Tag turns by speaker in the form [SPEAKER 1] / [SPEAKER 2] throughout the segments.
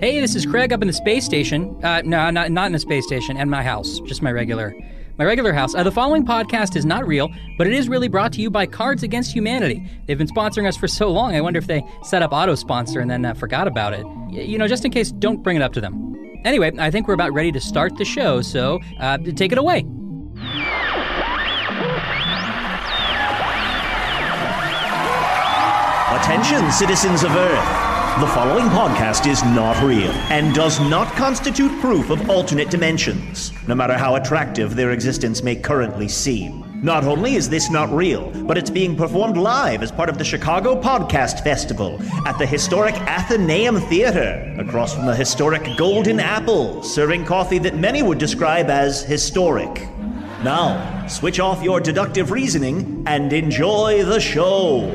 [SPEAKER 1] Hey, this is Craig up in the space station. Uh, no, not, not in the space station, and my house, just my regular, my regular house. Uh, the following podcast is not real, but it is really brought to you by Cards Against Humanity. They've been sponsoring us for so long. I wonder if they set up auto sponsor and then uh, forgot about it. Y- you know, just in case, don't bring it up to them. Anyway, I think we're about ready to start the show, so uh, take it away.
[SPEAKER 2] Attention, citizens of Earth. The following podcast is not real and does not constitute proof of alternate dimensions, no matter how attractive their existence may currently seem. Not only is this not real, but it's being performed live as part of the Chicago Podcast Festival at the historic Athenaeum Theater, across from the historic Golden Apple, serving coffee that many would describe as historic. Now, switch off your deductive reasoning and enjoy the show.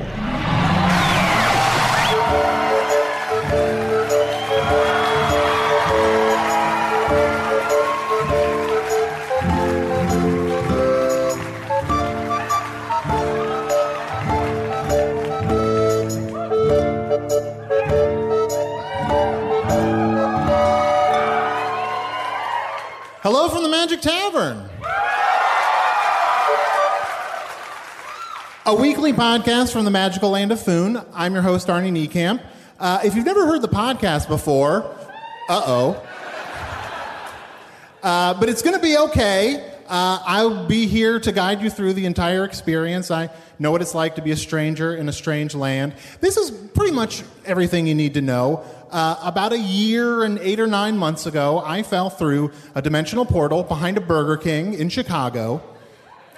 [SPEAKER 3] Hello from the Magic Tavern. A weekly podcast from the magical land of Foon. I'm your host, Arnie Niekamp. Uh, if you've never heard the podcast before, uh oh. Uh, but it's going to be okay. Uh, I'll be here to guide you through the entire experience. I know what it's like to be a stranger in a strange land. This is pretty much everything you need to know. Uh, about a year and eight or nine months ago, I fell through a dimensional portal behind a Burger King in Chicago.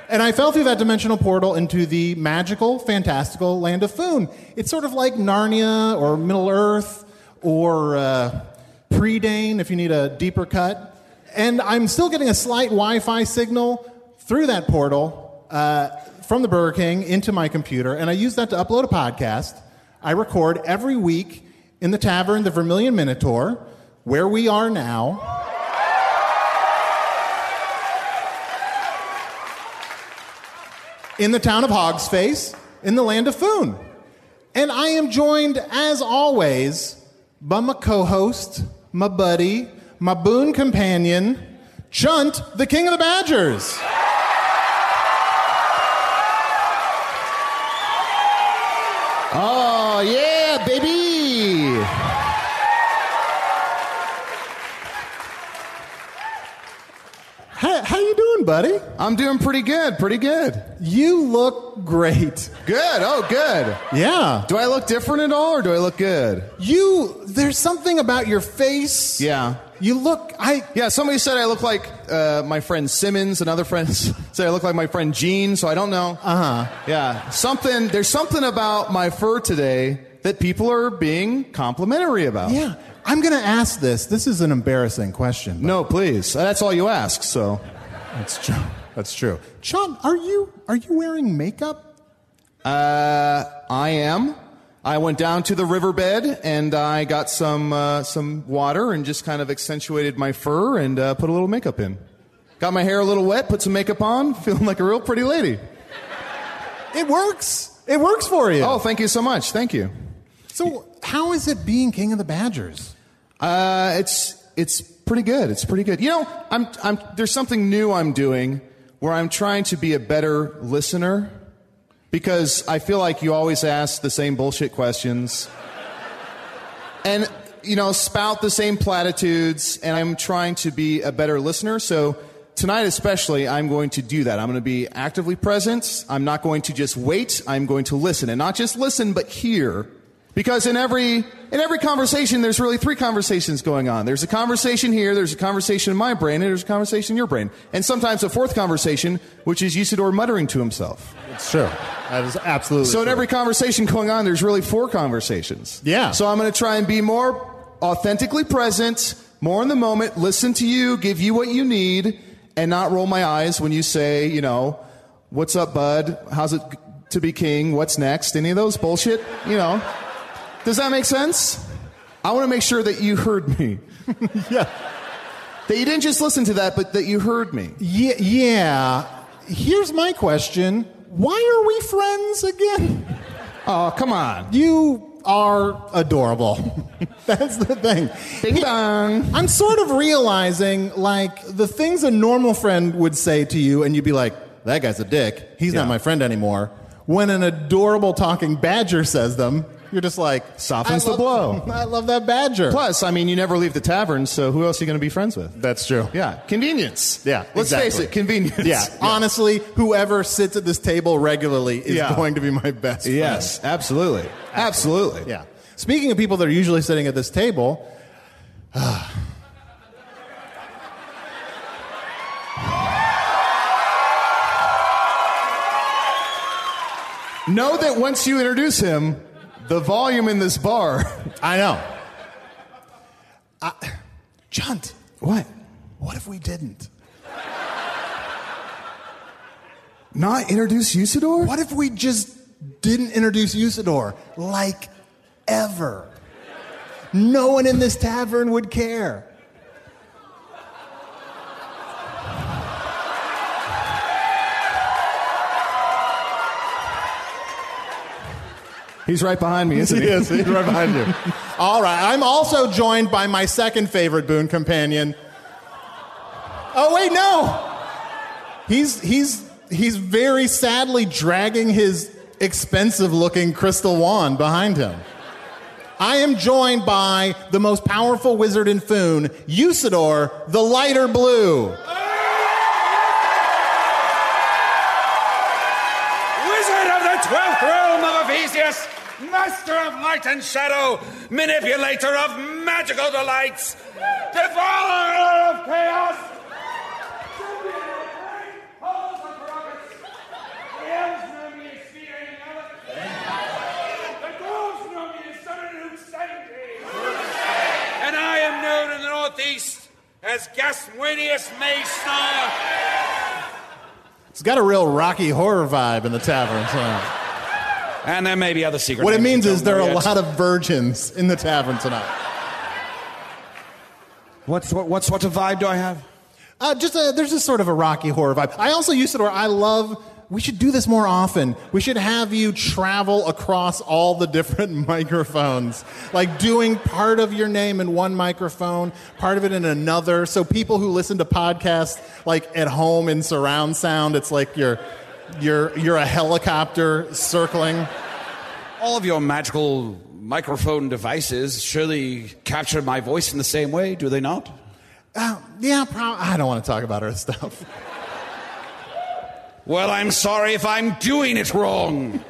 [SPEAKER 3] And I fell through that dimensional portal into the magical, fantastical land of Foon. It's sort of like Narnia or Middle Earth or uh, Pre-Dane if you need a deeper cut. And I'm still getting a slight Wi-Fi signal through that portal uh, from the Burger King into my computer, and I use that to upload a podcast. I record every week in the tavern, the Vermilion Minotaur, where we are now. in the town of Hogsface, in the land of Foon. And I am joined, as always, by my co host, my buddy, my boon companion, Chunt, the king of the Badgers. Oh, yeah, baby. How, how you doing, buddy?
[SPEAKER 4] I'm doing pretty good, pretty good.
[SPEAKER 3] You look great.
[SPEAKER 4] Good, oh, good.
[SPEAKER 3] Yeah.
[SPEAKER 4] Do I look different at all or do I look good?
[SPEAKER 3] You, there's something about your face.
[SPEAKER 4] Yeah.
[SPEAKER 3] You look, I,
[SPEAKER 4] Yeah, somebody said I look like uh, my friend Simmons. Another friend said I look like my friend Gene, so I don't know. Uh
[SPEAKER 3] Uh-huh.
[SPEAKER 4] huh. Yeah. Something, there's something about my fur today that people are being complimentary about.
[SPEAKER 3] yeah. I'm going to ask this. This is an embarrassing question.
[SPEAKER 4] No, please. That's all you ask, so.
[SPEAKER 3] That's true. That's true. Sean, are you, are you wearing makeup?
[SPEAKER 4] Uh, I am. I went down to the riverbed and I got some uh, some water and just kind of accentuated my fur and uh, put a little makeup in. Got my hair a little wet, put some makeup on, feeling like a real pretty lady.
[SPEAKER 3] It works. It works for you.
[SPEAKER 4] Oh, thank you so much. Thank you.
[SPEAKER 3] So how is it being king of the Badgers?
[SPEAKER 4] Uh, it's it's pretty good. It's pretty good. You know, I'm I'm there's something new I'm doing where I'm trying to be a better listener because I feel like you always ask the same bullshit questions and you know spout the same platitudes and I'm trying to be a better listener. So tonight especially I'm going to do that. I'm going to be actively present. I'm not going to just wait. I'm going to listen and not just listen but hear. Because in every in every conversation there's really three conversations going on. There's a conversation here, there's a conversation in my brain, and there's a conversation in your brain. And sometimes a fourth conversation which is Usador muttering to himself.
[SPEAKER 3] It's true. That is absolutely.
[SPEAKER 4] So in
[SPEAKER 3] true.
[SPEAKER 4] every conversation going on, there's really four conversations.
[SPEAKER 3] Yeah.
[SPEAKER 4] So I'm going to try and be more authentically present, more in the moment, listen to you, give you what you need, and not roll my eyes when you say, you know, what's up, bud? How's it g- to be king? What's next? Any of those bullshit, you know? Does that make sense? I want to make sure that you heard me. yeah. That you didn't just listen to that, but that you heard me.
[SPEAKER 3] Ye- yeah. Here's my question: Why are we friends again?
[SPEAKER 4] Oh, come on.
[SPEAKER 3] You are adorable. That's the thing.
[SPEAKER 4] Ding
[SPEAKER 3] He-
[SPEAKER 4] dong.
[SPEAKER 3] I'm sort of realizing like the things a normal friend would say to you, and you'd be like, "That guy's a dick. He's
[SPEAKER 4] Yeah.
[SPEAKER 3] not my friend anymore." When an adorable talking badger says them, you're just like
[SPEAKER 4] Softens
[SPEAKER 3] "I
[SPEAKER 4] the
[SPEAKER 3] love-
[SPEAKER 4] blow."
[SPEAKER 3] I love that badger.
[SPEAKER 4] Plus, I mean, you never leave the tavern, so who else are you going to be friends with?
[SPEAKER 3] That's true.
[SPEAKER 4] Yeah, convenience.
[SPEAKER 3] Yeah,
[SPEAKER 4] let's
[SPEAKER 3] exactly.
[SPEAKER 4] face it, convenience.
[SPEAKER 3] Yeah. Honestly, whoever sits at this table regularly is
[SPEAKER 4] Yeah.
[SPEAKER 3] going to be my best friend.
[SPEAKER 4] Yes, absolutely. Absolutely.
[SPEAKER 3] Yeah. Speaking of people that are usually sitting at this table,
[SPEAKER 4] Know that once you introduce him, the volume in this bar.
[SPEAKER 3] I know. I, Junt,
[SPEAKER 4] What?
[SPEAKER 3] what if we didn't?
[SPEAKER 4] Not introduce Usador?
[SPEAKER 3] What if we just didn't introduce Usador like ever? No one in this tavern would care.
[SPEAKER 4] He's right behind me, isn't he?
[SPEAKER 3] Yes, he's right behind you. All right. I'm also joined by my second favorite boon companion. Oh wait, no. He's he's he's very sadly dragging his expensive-looking crystal wand behind him. I am joined by the most powerful wizard in Foon, Usador, the lighter blue.
[SPEAKER 5] Wizard of the twelfth realm of Ephesius, master of light and shadow, manipulator of magical delights, devourer of chaos, and I am known in the northeast as Gaswinius Maystar.
[SPEAKER 3] It's got a real Rocky Horror vibe in the tavern. tonight.
[SPEAKER 5] And there may be other secrets.
[SPEAKER 3] What it means is there are a lot of virgins in the tavern tonight.
[SPEAKER 5] What's, what, what sort of vibe do I have?
[SPEAKER 3] Uh, just a, there's just sort of a rocky horror vibe. I also used to, or I love. We should do this more often. We should have you travel across all the different microphones, like doing part of your name in one microphone, part of it in another. So people who listen to podcasts, like at home in surround sound, it's like you're you're you're a helicopter circling.
[SPEAKER 5] All of your magical microphone devices surely capture my voice in the same way, do they not?
[SPEAKER 3] Uh, yeah, prob- I don't want to talk about Earth stuff.
[SPEAKER 5] Well, I'm sorry if I'm doing it wrong.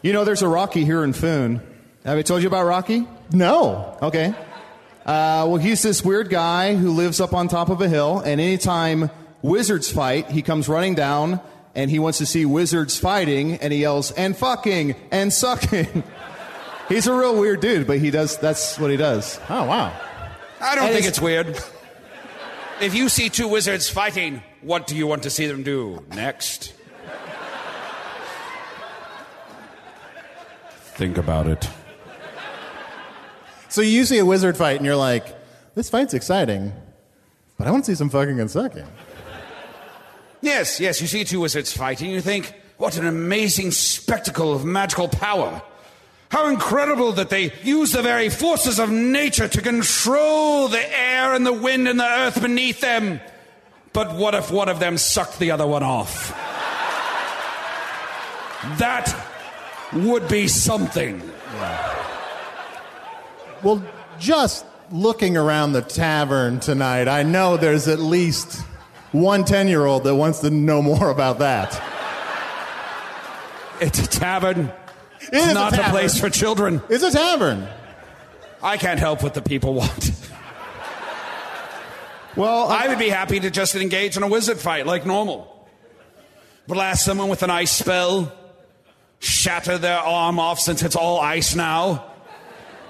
[SPEAKER 4] You know, there's a Rocky here in Foon. Have I told you about Rocky?
[SPEAKER 3] No.
[SPEAKER 4] Okay. Uh, well, he's this weird guy who lives up on top of a hill, and anytime wizards fight, he comes running down and he wants to see wizards fighting, and he yells, and fucking, and sucking. he's a real weird dude, but he does, that's what he does.
[SPEAKER 3] Oh wow.
[SPEAKER 5] I don't
[SPEAKER 4] That
[SPEAKER 5] think
[SPEAKER 4] is-
[SPEAKER 5] it's weird. If you see two wizards fighting, what do you want to see them do next?
[SPEAKER 6] Think about it.
[SPEAKER 3] So you see a wizard fight and you're like, this fight's exciting, but I want to see some fucking and sucking.
[SPEAKER 5] Yes, yes, you see two wizards fighting, you think, what an amazing spectacle of magical power. How incredible that they use the very forces of nature to control the air and the wind and the earth beneath them. But what if one of them sucked the other one off? That would be something.
[SPEAKER 3] Well, just looking around the tavern tonight, I know there's at least one 10 year old that wants to know more about that.
[SPEAKER 5] It's a tavern.
[SPEAKER 3] is
[SPEAKER 5] It's
[SPEAKER 3] a
[SPEAKER 5] not
[SPEAKER 3] tavern.
[SPEAKER 5] a place for children.
[SPEAKER 3] It's a tavern.
[SPEAKER 5] I can't help what the people want.
[SPEAKER 4] Well,
[SPEAKER 5] I would be happy to just engage in a wizard fight like normal. Blast someone with an ice spell, shatter their arm off since it's all ice now,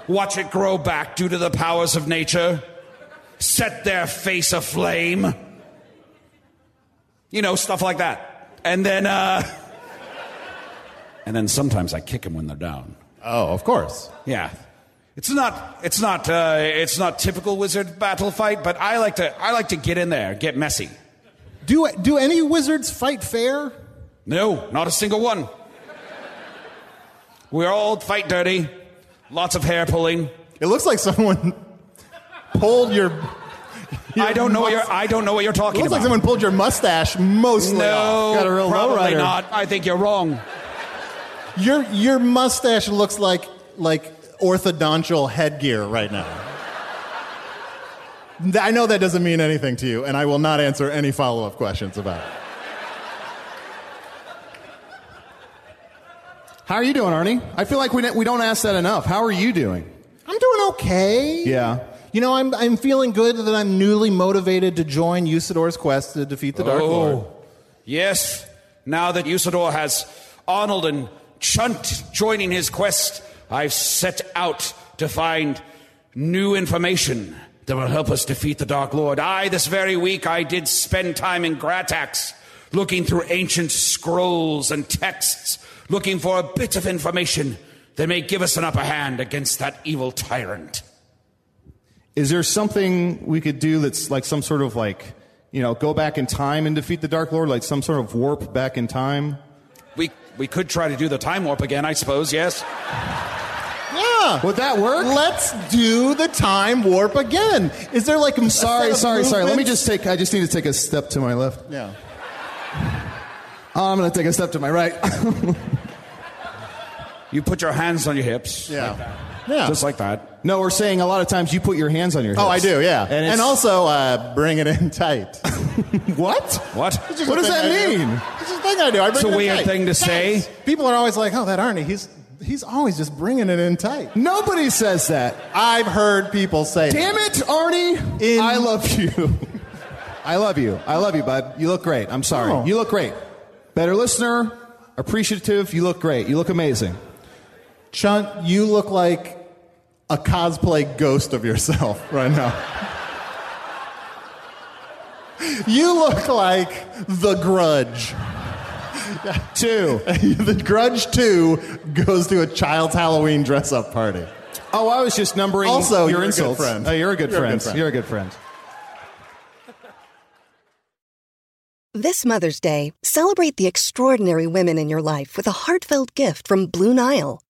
[SPEAKER 5] watch it grow back due to the powers of nature, set their face aflame. You know, stuff like that. And then, uh. And then sometimes I kick them when they're down.
[SPEAKER 3] Oh, of course.
[SPEAKER 5] Yeah. It's not it's not uh, it's not typical wizard battle fight, but I like to I like to get in there, get messy.
[SPEAKER 3] Do, do any wizards fight fair?
[SPEAKER 5] No, not a single one. We all fight dirty. Lots of hair pulling.
[SPEAKER 3] It looks like someone pulled your. your
[SPEAKER 5] I don't know what
[SPEAKER 3] mus-
[SPEAKER 5] you're I don't know what you're
[SPEAKER 3] It
[SPEAKER 5] talking
[SPEAKER 3] looks
[SPEAKER 5] about.
[SPEAKER 3] like someone pulled your mustache mostly
[SPEAKER 5] no,
[SPEAKER 3] off. Got a real
[SPEAKER 5] probably
[SPEAKER 3] lowrider.
[SPEAKER 5] not. I think you're wrong.
[SPEAKER 3] Your your mustache looks like like orthodontial headgear right now. Th- I know that doesn't mean anything to you, and I will not answer any follow up questions about it.
[SPEAKER 4] how are you doing, Arnie? I feel like we, don't- we don't ask that enough. How are you doing?
[SPEAKER 3] I'm doing okay.
[SPEAKER 4] Yeah.
[SPEAKER 3] You know, I'm I'm feeling good that I'm newly motivated to join Usador's quest to defeat the Dark Lord.
[SPEAKER 5] Oh, yes. Now that Usador has Arnold and Chunt joining his quest, I've set out to find new information that will help us defeat the Dark Lord. I, this very week, I did spend time in Gratax looking through ancient scrolls and texts, looking for a bit of information that may give us an upper hand against that evil tyrant.
[SPEAKER 4] Is there something we could do that's like some sort of like, you know, go back in time and defeat the Dark Lord, like some sort of warp back in time?
[SPEAKER 5] We, we could try to do the time warp again, I suppose, yes?
[SPEAKER 3] Yeah.
[SPEAKER 4] Would that work?
[SPEAKER 3] Let's do the time warp again. Is there like a set
[SPEAKER 4] sorry,
[SPEAKER 3] of
[SPEAKER 4] sorry, sorry. Let me
[SPEAKER 3] movements?
[SPEAKER 4] just take. I just need to take a step to my left.
[SPEAKER 3] Yeah.
[SPEAKER 4] Oh, I'm going to take a step to my right.
[SPEAKER 5] You put your hands on your hips.
[SPEAKER 3] Yeah. Yeah.
[SPEAKER 5] Just like that.
[SPEAKER 4] no, we're saying a lot of times you put your hands on your. Hips.
[SPEAKER 3] Oh, I do, yeah.
[SPEAKER 4] And,
[SPEAKER 3] And,
[SPEAKER 4] it's,
[SPEAKER 3] also, uh, bring it in tight.
[SPEAKER 4] what?
[SPEAKER 5] What?
[SPEAKER 4] What does
[SPEAKER 3] It's a
[SPEAKER 4] that
[SPEAKER 3] thing I do.
[SPEAKER 4] mean?
[SPEAKER 3] It's just a thing I do. I bring
[SPEAKER 5] It's a
[SPEAKER 3] it in
[SPEAKER 5] weird
[SPEAKER 3] tight.
[SPEAKER 5] thing to say.
[SPEAKER 3] People are always like, "Oh, that Arnie, he's he's always just bringing it in tight."
[SPEAKER 4] Nobody says that.
[SPEAKER 3] I've heard people say,
[SPEAKER 4] Damn it, Arnie!
[SPEAKER 3] In-
[SPEAKER 4] I love you. I love you. I love you, bud. You look great. I'm sorry.
[SPEAKER 3] Oh.
[SPEAKER 4] You look great. Better listener. Appreciative. You look great. You look amazing.
[SPEAKER 3] Chunt, you look like a cosplay ghost of yourself right now." You look like the Grudge.
[SPEAKER 4] Two.
[SPEAKER 3] the Grudge 2 goes to a child's Halloween dress up party.
[SPEAKER 4] Oh, I was just numbering your
[SPEAKER 3] Also, you're a good
[SPEAKER 4] insults.
[SPEAKER 3] friend.
[SPEAKER 4] Oh, you're a good
[SPEAKER 3] You're a
[SPEAKER 4] friend.
[SPEAKER 3] good friend.
[SPEAKER 4] You're a good friend.
[SPEAKER 7] This Mother's Day, celebrate the extraordinary women in your life with a heartfelt gift from Blue Nile.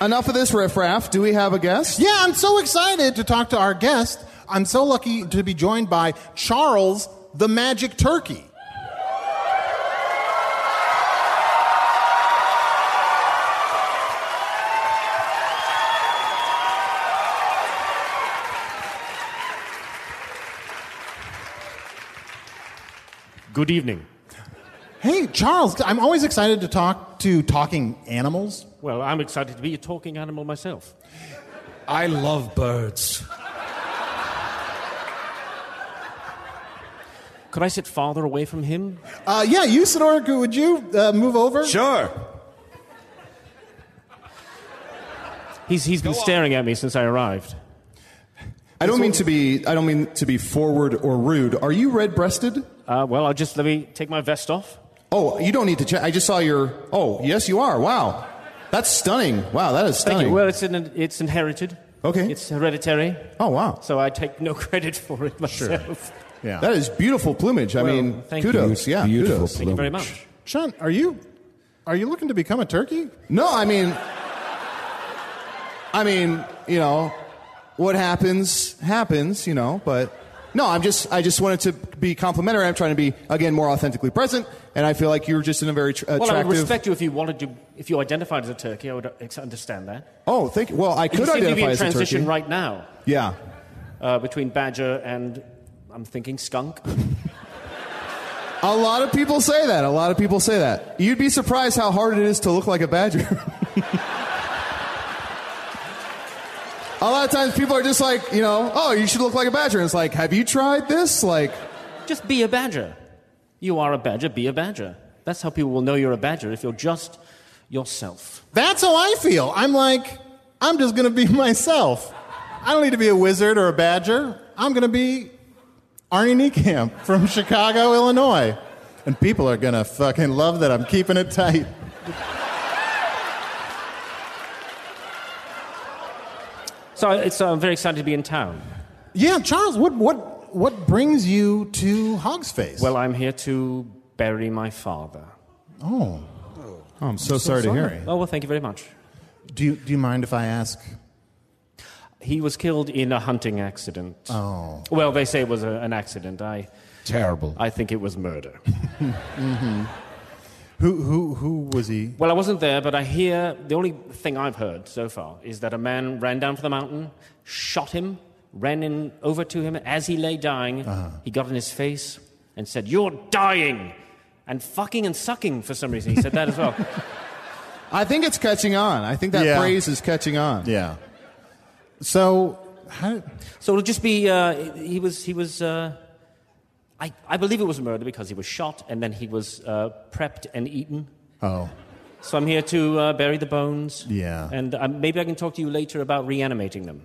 [SPEAKER 4] Enough of this riffraff. Do we have a guest?
[SPEAKER 3] Yeah, I'm so excited to talk to our guest. I'm so lucky to be joined by Charles the Magic Turkey.
[SPEAKER 6] Good evening.
[SPEAKER 3] Hey, Charles, I'm always excited to talk to talking animals.
[SPEAKER 6] Well, I'm excited to be a talking animal myself.
[SPEAKER 5] I love birds.
[SPEAKER 6] Could I sit farther away from him?
[SPEAKER 3] Uh, yeah, you, Sidora, would you uh, move over?
[SPEAKER 5] Sure.
[SPEAKER 6] He's, he's been staring at me since I arrived.
[SPEAKER 4] I don't mean to be I don't mean to be forward or rude. Are you red-breasted?
[SPEAKER 6] Uh, well, I'll just let me take my vest off.
[SPEAKER 4] Oh, you don't need to check. I just saw your Oh, yes you are. Wow. That's stunning. Wow, that is
[SPEAKER 6] Thank
[SPEAKER 4] stunning.
[SPEAKER 6] you. Well, it's, in, it's inherited.
[SPEAKER 4] Okay.
[SPEAKER 6] It's hereditary,
[SPEAKER 4] oh, wow.
[SPEAKER 6] so I take no credit for it myself.
[SPEAKER 3] Yeah.
[SPEAKER 4] That is beautiful plumage. I
[SPEAKER 6] Well,
[SPEAKER 4] mean,
[SPEAKER 6] thank
[SPEAKER 4] kudos.
[SPEAKER 6] you.
[SPEAKER 4] Yeah,
[SPEAKER 6] Beautiful
[SPEAKER 4] kudos.
[SPEAKER 6] Thank you very much.
[SPEAKER 3] Sean, are you are you looking to become a turkey?
[SPEAKER 4] No, I mean, I mean, you know, what happens happens, you know. But no, I'm just, I just wanted to be complimentary. I'm trying to be again more authentically present, and I feel like you were just in a very tr- attractive.
[SPEAKER 6] Well, I would respect you if you wanted to, if you identified as a turkey, I would ex- understand that.
[SPEAKER 4] oh, thank you. Well, I could
[SPEAKER 6] you seem
[SPEAKER 4] identify
[SPEAKER 6] to be in
[SPEAKER 4] as
[SPEAKER 6] transition
[SPEAKER 4] a turkey.
[SPEAKER 6] right now
[SPEAKER 4] Yeah,
[SPEAKER 6] uh, between badger and, I'm thinking skunk.
[SPEAKER 4] a lot of people say that. A lot of people say that. You'd be surprised how hard it is to look like a badger. a lot of times, people are just like, you know, oh, you should look like a badger. And it's like, have you tried this? Like.
[SPEAKER 6] Just be a badger. You are a badger, be a badger. That's how people will know you're a badger if you're just yourself.
[SPEAKER 3] That's how I feel. I'm like, I'm just gonna be myself. I don't need to be a wizard or a badger. I'm gonna be Arnie Niekamp from Chicago, Illinois. And people are gonna fucking love that I'm keeping it tight.
[SPEAKER 6] So I- it's, uh, I'm very excited to be in town.
[SPEAKER 3] Yeah, Charles, what what what brings you to Hog's Face?
[SPEAKER 6] Well, I'm here to bury my father.
[SPEAKER 3] oh,
[SPEAKER 4] Oh, I'm so, sorry, to hear it.
[SPEAKER 6] Oh, well, thank you very much.
[SPEAKER 3] do you, do you mind if I ask?
[SPEAKER 6] He was killed in a hunting accident. Oh. Well, they say it was a, an accident. I,
[SPEAKER 5] Terrible.
[SPEAKER 6] I think it was murder.
[SPEAKER 3] Mm-hmm. Who who who was he?
[SPEAKER 6] well, I wasn't there, but I hear the only thing I've heard so far is that a man ran down from the mountain, shot him, ran in over to him as he lay dying.
[SPEAKER 4] Uh-huh.
[SPEAKER 6] He got in his face and said, You're dying! And fucking and sucking for some reason. He said that as well.
[SPEAKER 4] I think it's catching on. I think that
[SPEAKER 3] Yeah.
[SPEAKER 4] phrase is catching on.
[SPEAKER 3] Yeah. So, how,
[SPEAKER 6] So it'll just be uh, he was he was. Uh, I, I believe it was murder because he was shot and then he was uh, prepped and eaten.
[SPEAKER 3] oh,
[SPEAKER 6] So I'm here to uh, bury the bones.
[SPEAKER 3] Yeah.
[SPEAKER 6] And um, maybe I can talk to you later about reanimating them.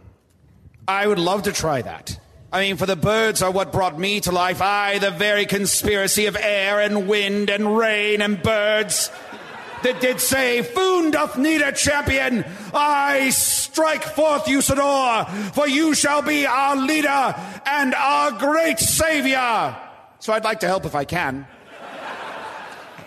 [SPEAKER 5] I would love to try that. I mean, for the birds are what brought me to life. I, the very conspiracy of air and wind and rain and birds that did say, Foon doth need a champion. I strike forth, Usador, for you shall be our leader and our great savior. So I'd like to help if I can.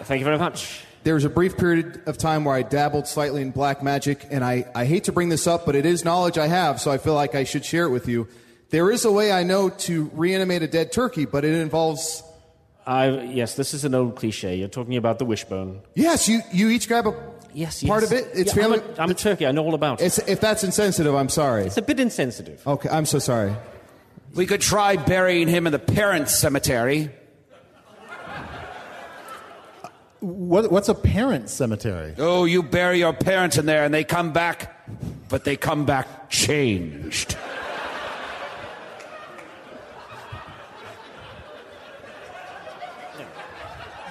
[SPEAKER 6] Thank you very much.
[SPEAKER 4] There was a brief period of time where I dabbled slightly in black magic, and I, I hate to bring this up, but it is knowledge I have, so I feel like I should share it with you. There is a way I know to reanimate a dead turkey, but it involves.
[SPEAKER 6] I, yes, this is an old cliche. You're talking about the wishbone.
[SPEAKER 4] Yes, you, you each grab a
[SPEAKER 6] Yes, yes.
[SPEAKER 4] part of it. It's
[SPEAKER 6] Yeah,
[SPEAKER 4] family.
[SPEAKER 6] I'm a, I'm a turkey. I know all about it.
[SPEAKER 4] it's, if that's insensitive, I'm sorry.
[SPEAKER 6] It's a bit insensitive.
[SPEAKER 4] Okay, I'm so sorry.
[SPEAKER 5] We could try burying him in the parents' cemetery.
[SPEAKER 3] what, what's a parent cemetery?
[SPEAKER 5] Oh, you bury your parents in there and they come back, but they come back changed.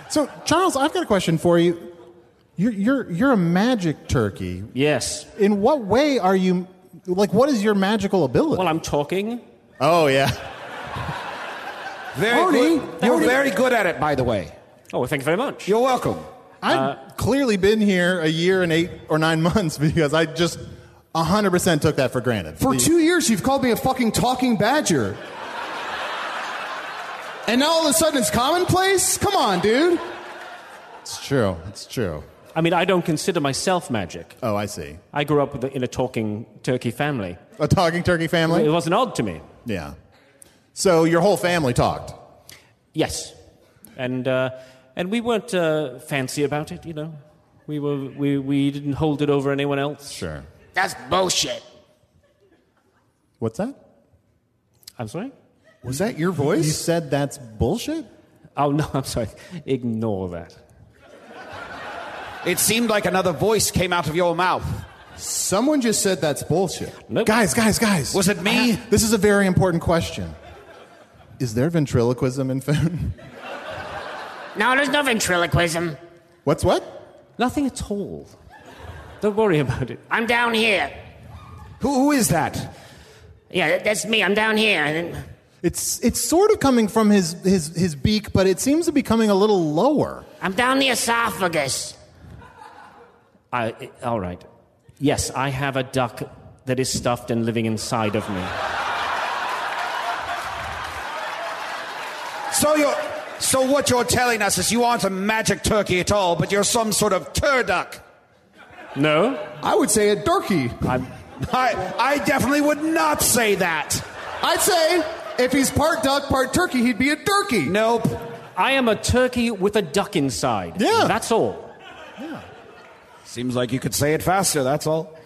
[SPEAKER 3] So, Charles, I've got a question for you. You're, you're, you're a magic turkey.
[SPEAKER 6] Yes.
[SPEAKER 3] In what way are you, like, what is your magical ability?
[SPEAKER 6] Well, I'm talking.
[SPEAKER 3] oh, yeah.
[SPEAKER 5] Very
[SPEAKER 3] Arnie,
[SPEAKER 5] good. You're
[SPEAKER 3] Arnie.
[SPEAKER 5] very good at it, by the way.
[SPEAKER 6] Oh, thank you very much. Uh,
[SPEAKER 5] You're welcome.
[SPEAKER 3] I've clearly been here a year and eight or nine months because I just 100% took that for granted.
[SPEAKER 4] For
[SPEAKER 3] The-
[SPEAKER 4] two years, you've called me a fucking talking badger. And now all of a sudden it's commonplace? Come on, dude.
[SPEAKER 3] It's true. It's true.
[SPEAKER 6] I mean, I don't consider myself magic.
[SPEAKER 3] Oh, I see.
[SPEAKER 6] I grew up with a- in a talking turkey family.
[SPEAKER 3] A talking turkey family?
[SPEAKER 6] It wasn't odd to me.
[SPEAKER 3] Yeah. So your whole family talked.
[SPEAKER 6] Yes, and uh, and we weren't uh, fancy about it, you know. We were we, we didn't hold it over anyone else.
[SPEAKER 3] Sure.
[SPEAKER 8] That's bullshit.
[SPEAKER 3] What's that?
[SPEAKER 6] I'm sorry.
[SPEAKER 4] Was that your voice?
[SPEAKER 3] You said that's bullshit?
[SPEAKER 6] Oh no, I'm sorry. Ignore that.
[SPEAKER 5] It seemed like another voice came out of your mouth.
[SPEAKER 4] Someone just said that's bullshit.
[SPEAKER 3] Guys, guys, guys.
[SPEAKER 5] Was it me?
[SPEAKER 3] This is a very important question. Is there ventriloquism in film?
[SPEAKER 8] No, there's no ventriloquism.
[SPEAKER 3] What's what?
[SPEAKER 6] Nothing at all. Don't worry about it.
[SPEAKER 8] I'm down here.
[SPEAKER 5] Who, who is that?
[SPEAKER 8] Yeah, that- that's me. I'm down here. And
[SPEAKER 3] It's it's sort of coming from his his his beak, but it seems to be coming a little lower.
[SPEAKER 8] I'm down the esophagus.
[SPEAKER 6] I, I- all right. Yes, I have a duck that is stuffed and living inside of me.
[SPEAKER 5] So you're. So what you're telling us is you aren't a magic turkey at all, but you're some sort of turduck.
[SPEAKER 6] No,
[SPEAKER 4] I would say a durkey.
[SPEAKER 6] I'm.
[SPEAKER 5] I, I definitely would not say that.
[SPEAKER 4] I'd say if he's part duck, part turkey, he'd be a turkey.
[SPEAKER 5] Nope.
[SPEAKER 6] I am a turkey with a duck inside.
[SPEAKER 3] Yeah.
[SPEAKER 6] That's all.
[SPEAKER 5] Seems like you could say it faster, that's all.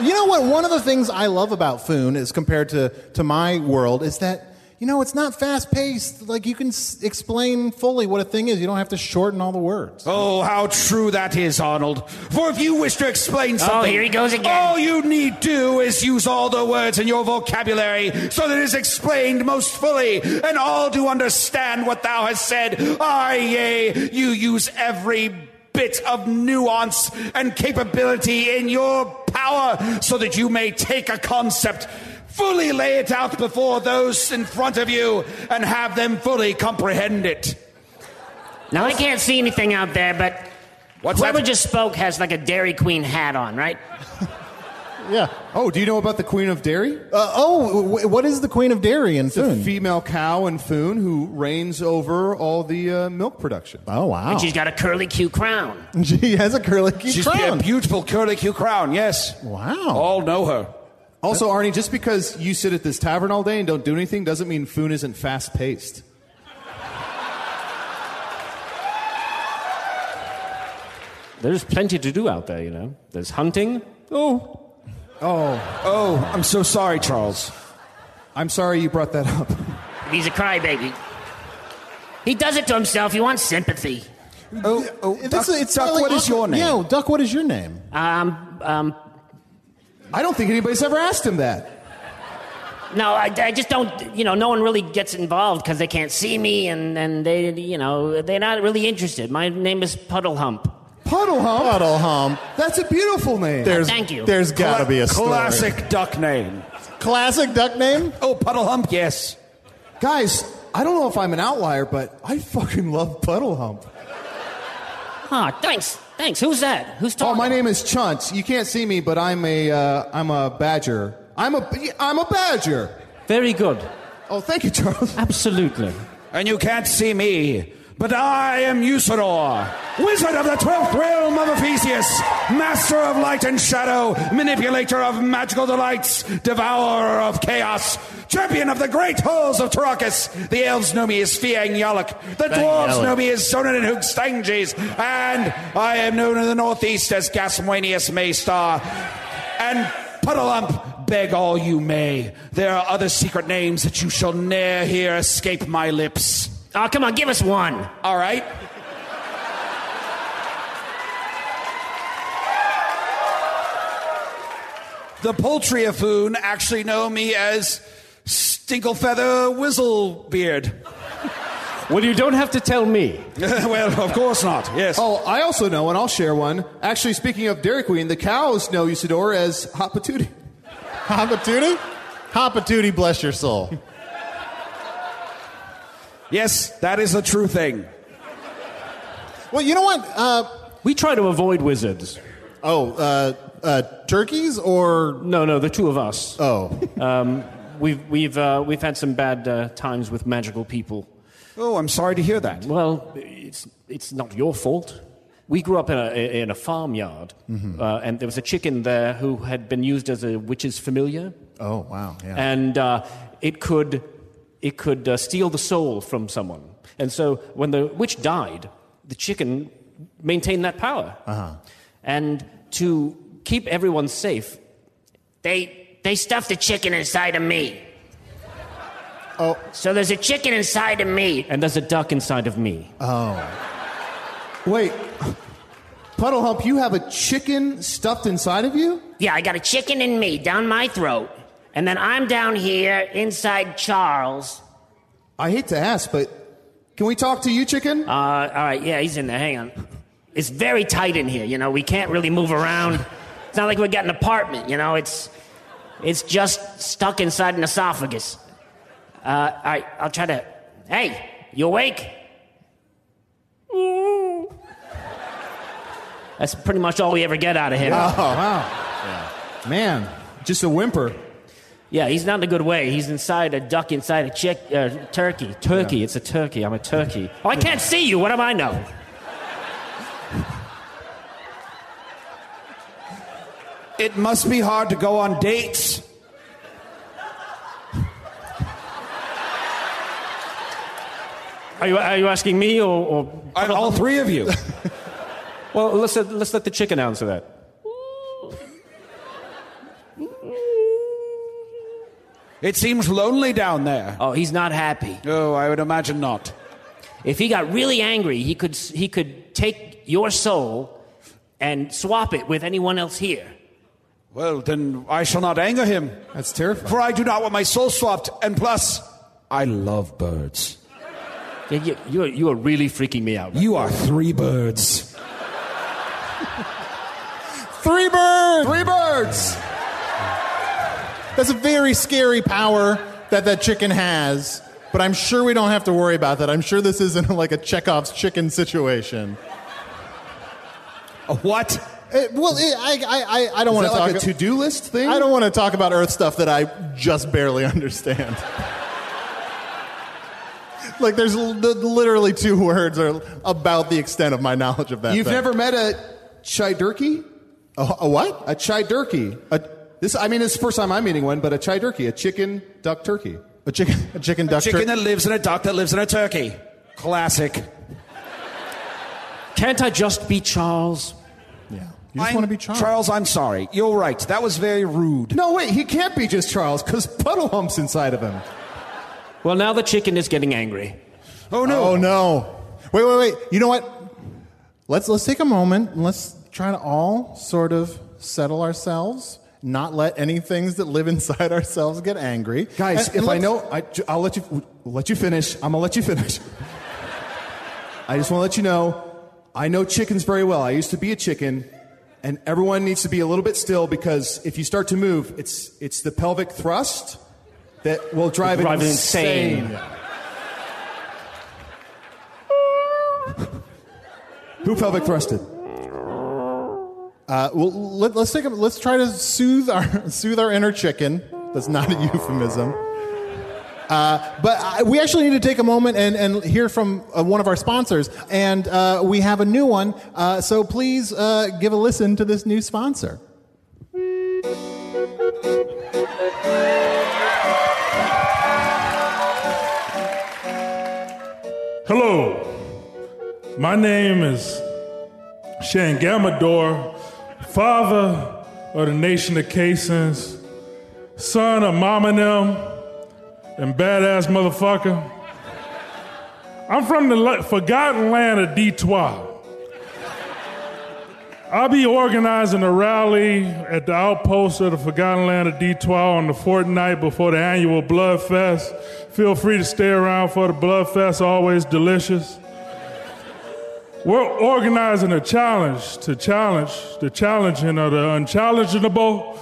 [SPEAKER 3] You know what? One of the things I love about Foon is compared to, to my world is that, you know, it's not fast paced. Like, you can s- explain fully what a thing is. You don't have to shorten all the words.
[SPEAKER 5] Oh, how true that is, Arnold. For if you wish to explain something.
[SPEAKER 8] Oh, here he goes again.
[SPEAKER 5] All you need do is use all the words in your vocabulary so that it is explained most fully, and all do understand what thou hast said. Ay, yea, you use every bit of nuance and capability in your power so that you may take a concept. Fully lay it out before those in front of you and have them fully comprehend it.
[SPEAKER 8] Now, I can't see anything out there, but
[SPEAKER 5] What's
[SPEAKER 8] whoever
[SPEAKER 5] that?
[SPEAKER 8] just spoke has like a Dairy Queen hat on, right?
[SPEAKER 3] Yeah.
[SPEAKER 4] Oh, do you know about the Queen of Dairy?
[SPEAKER 3] Uh, oh, w- w- what is the Queen of Dairy in
[SPEAKER 4] It's a
[SPEAKER 3] Foon?
[SPEAKER 4] female cow in Foon who reigns over all the uh, milk production.
[SPEAKER 3] oh, wow.
[SPEAKER 8] And she's got a curly Q crown.
[SPEAKER 3] she has a curly cue
[SPEAKER 5] She's
[SPEAKER 3] crown.
[SPEAKER 5] a beautiful curlicue crown, yes.
[SPEAKER 3] Wow.
[SPEAKER 5] All know her.
[SPEAKER 4] Also, Arnie, just because you sit at this tavern all day and don't do anything doesn't mean Foon isn't fast paced.
[SPEAKER 6] There's plenty to do out there, you know. There's hunting. Oh,
[SPEAKER 5] Oh, I'm so sorry, Charles.
[SPEAKER 4] I'm sorry you brought that up.
[SPEAKER 8] He's a crybaby. He does it to himself. He wants sympathy.
[SPEAKER 5] Oh, oh
[SPEAKER 3] This is- it's
[SPEAKER 5] Duck,
[SPEAKER 3] smelling
[SPEAKER 5] what is your
[SPEAKER 3] awkward.
[SPEAKER 5] name?
[SPEAKER 3] Yeah, Duck, what is your name?
[SPEAKER 8] Um, um,
[SPEAKER 4] I don't think anybody's ever asked him that.
[SPEAKER 8] no, I, I just don't, you know, no one really gets involved because they can't see me and, and they, you know, they're not really interested. My name is Puddle Hump.
[SPEAKER 4] Puddle Hump?
[SPEAKER 3] Puddle Hump.
[SPEAKER 4] That's a beautiful name.
[SPEAKER 3] There's,
[SPEAKER 8] thank you.
[SPEAKER 3] There's got to
[SPEAKER 5] Cla-
[SPEAKER 3] be a story.
[SPEAKER 5] Classic duck name.
[SPEAKER 3] Classic duck name?
[SPEAKER 5] Oh, Puddle Hump, yes.
[SPEAKER 4] Guys, I don't know if I'm an outlier, but I fucking love Puddle Hump.
[SPEAKER 8] Ah, thanks. Thanks. Who's that? Who's
[SPEAKER 4] Oh,
[SPEAKER 8] talking?
[SPEAKER 4] my name is Chunts. You can't see me, but I'm a uh, I'm a badger. I'm a I'm a badger.
[SPEAKER 6] very good.
[SPEAKER 4] Oh, thank you, Charles.
[SPEAKER 6] Absolutely.
[SPEAKER 5] And you can't see me, but I am Usador, wizard of the twelfth realm of Ephesius, master of light and shadow, manipulator of magical delights, devourer of chaos, champion of the great halls of Tarakas. The elves know me as Fiang Yalak, the dwarves know me as Sonan and Hugstanges, and I am known in the northeast as Gasmoenius Maystar. And Puddleump, beg all you may. There are other secret names that you shall ne'er hear escape my lips.
[SPEAKER 8] Oh, come on, give us one.
[SPEAKER 5] All right? The poultry of Foon actually know me as Stinklefeather Whizzlebeard.
[SPEAKER 6] Well, you don't have to tell me.
[SPEAKER 5] well, of course not, yes.
[SPEAKER 4] Oh, I also know, and I'll share one. Actually, speaking of Dairy Queen, the cows know Usador as Hot Patootie.
[SPEAKER 3] Hoppatootie? Hoppatootie, bless your soul.
[SPEAKER 5] Yes, that is a true thing.
[SPEAKER 3] Well, you know what? Uh,
[SPEAKER 6] we try to avoid wizards.
[SPEAKER 3] Oh, uh, uh, turkeys or
[SPEAKER 6] no, no, the two of us.
[SPEAKER 3] Oh,
[SPEAKER 6] um, we've we've uh, we've had some bad uh, times with magical people.
[SPEAKER 5] Oh, I'm sorry to hear that.
[SPEAKER 6] Well, it's it's not your fault. We grew up in a in a farmyard,
[SPEAKER 4] Mm-hmm.
[SPEAKER 5] Hmm.
[SPEAKER 6] uh, and there was a chicken there who had been used as a witch's familiar,
[SPEAKER 3] Oh, wow. Yeah.
[SPEAKER 6] and uh, it could it could uh, steal the soul from someone. And so when the witch died, the chicken maintained that power.
[SPEAKER 3] uh-huh.
[SPEAKER 6] And to keep everyone safe,
[SPEAKER 8] They they stuffed a chicken inside of me.
[SPEAKER 3] Oh.
[SPEAKER 8] So there's a chicken inside of me.
[SPEAKER 6] and there's a duck inside of me.
[SPEAKER 3] Oh.
[SPEAKER 4] Wait, Puddle Hump, you have a chicken stuffed inside of you?
[SPEAKER 8] Yeah, I got a chicken in me down my throat. And then I'm down here inside Charles.
[SPEAKER 4] I hate to ask, but can we talk to you, chicken?
[SPEAKER 8] Uh, all right, yeah, he's in there. Hang on. It's very tight in here, you know. We can't really move around. It's not like we got an apartment, you know. It's it's just stuck inside an esophagus. Uh, all right, I'll try to. Hey, you awake? That's pretty much all we ever get out of him.
[SPEAKER 4] Oh, wow. Man, just a whimper.
[SPEAKER 6] Yeah, he's not in a good way. He's inside a duck inside a chick, uh, turkey. Turkey, it's a turkey. I'm a turkey.
[SPEAKER 8] Oh, I can't see you. What am I know?
[SPEAKER 5] It must be hard to go on dates.
[SPEAKER 6] Are you, are you asking me or, or
[SPEAKER 5] I, all three of you.
[SPEAKER 6] Well, let's let, let's let the chicken answer that.
[SPEAKER 5] It seems lonely down there.
[SPEAKER 6] Oh, he's not happy.
[SPEAKER 5] Oh, I would imagine not.
[SPEAKER 6] If he got really angry, he could he could take your soul and swap it with anyone else here.
[SPEAKER 5] Well, then I shall not anger him,
[SPEAKER 4] That's terrifying.
[SPEAKER 5] for I do not want my soul swapped. And plus, I love birds.
[SPEAKER 6] Yeah, you, you, are, you are really freaking me out.
[SPEAKER 5] You are three birds.
[SPEAKER 3] Three birds.
[SPEAKER 4] Three birds!
[SPEAKER 3] That's a very scary power that that chicken has. But I'm sure we don't have to worry about that. I'm sure this isn't like a Chekhov's chicken situation.
[SPEAKER 5] A what?
[SPEAKER 3] It- Eh, well, it, I, I, I, I don't
[SPEAKER 4] Is
[SPEAKER 3] want
[SPEAKER 4] that
[SPEAKER 3] to talk.
[SPEAKER 4] like a to-do list thing?
[SPEAKER 3] I don't want to talk about Earth stuff that I just barely understand. like, there's l- the- literally two words are about the extent of my knowledge of that.
[SPEAKER 4] You've
[SPEAKER 3] thing.
[SPEAKER 4] never met a chai turkey?
[SPEAKER 3] a, a what?
[SPEAKER 4] A chai turkey.
[SPEAKER 3] A,
[SPEAKER 4] This, I mean, it's the first time I'm eating one, but a chai turkey, a chicken duck turkey.
[SPEAKER 3] a chicken, a chicken duck.
[SPEAKER 5] Chicken
[SPEAKER 3] tur-
[SPEAKER 5] that lives in a duck that lives in a turkey. Classic.
[SPEAKER 6] Can't I just be Charles?
[SPEAKER 3] yeah. You just want to be Charles.
[SPEAKER 5] Charles, I'm sorry. You're right. That was very rude.
[SPEAKER 4] No, wait, he can't be just Charles, because Puddle Hump's inside of him.
[SPEAKER 6] Well, now the chicken is getting angry.
[SPEAKER 5] Oh no.
[SPEAKER 3] Oh no! Wait, wait, wait. You know what? Let's let's take a moment and let's try to all sort of settle ourselves. Not let any things that live inside ourselves get angry,
[SPEAKER 4] Guys,
[SPEAKER 3] And- and
[SPEAKER 4] if I
[SPEAKER 3] let's-
[SPEAKER 4] know, I, will let you we'll let you finish. I'm gonna let you finish. I just want to let you know, I know chickens very well. I used to be a chicken, and everyone needs to be a little bit still because if you start to move, it's it's the pelvic thrust that will drive
[SPEAKER 6] Drive
[SPEAKER 4] it
[SPEAKER 6] it insane.
[SPEAKER 4] Who pelvic thrusted?
[SPEAKER 3] Uh, well, let, let's take a, let's try to soothe our soothe our inner chicken. That's not a euphemism. Uh, but I, we actually need to take a moment and, and hear from uh, one of our sponsors. And uh, we have a new one. Uh, so please uh, give a listen to this new sponsor.
[SPEAKER 9] Hello, my name is Shangamador, father of the nation of Caissons, son of Mom and them, and badass motherfucker. I'm from the le- forgotten land of Detroit. I'll be organizing a rally at the outpost of the Forgotten Land of Detroit on the fortnight before the annual Blood Fest. Feel free to stay around for the Blood Fest, always delicious. We're organizing a challenge to challenge the challenging of the unchallengeable.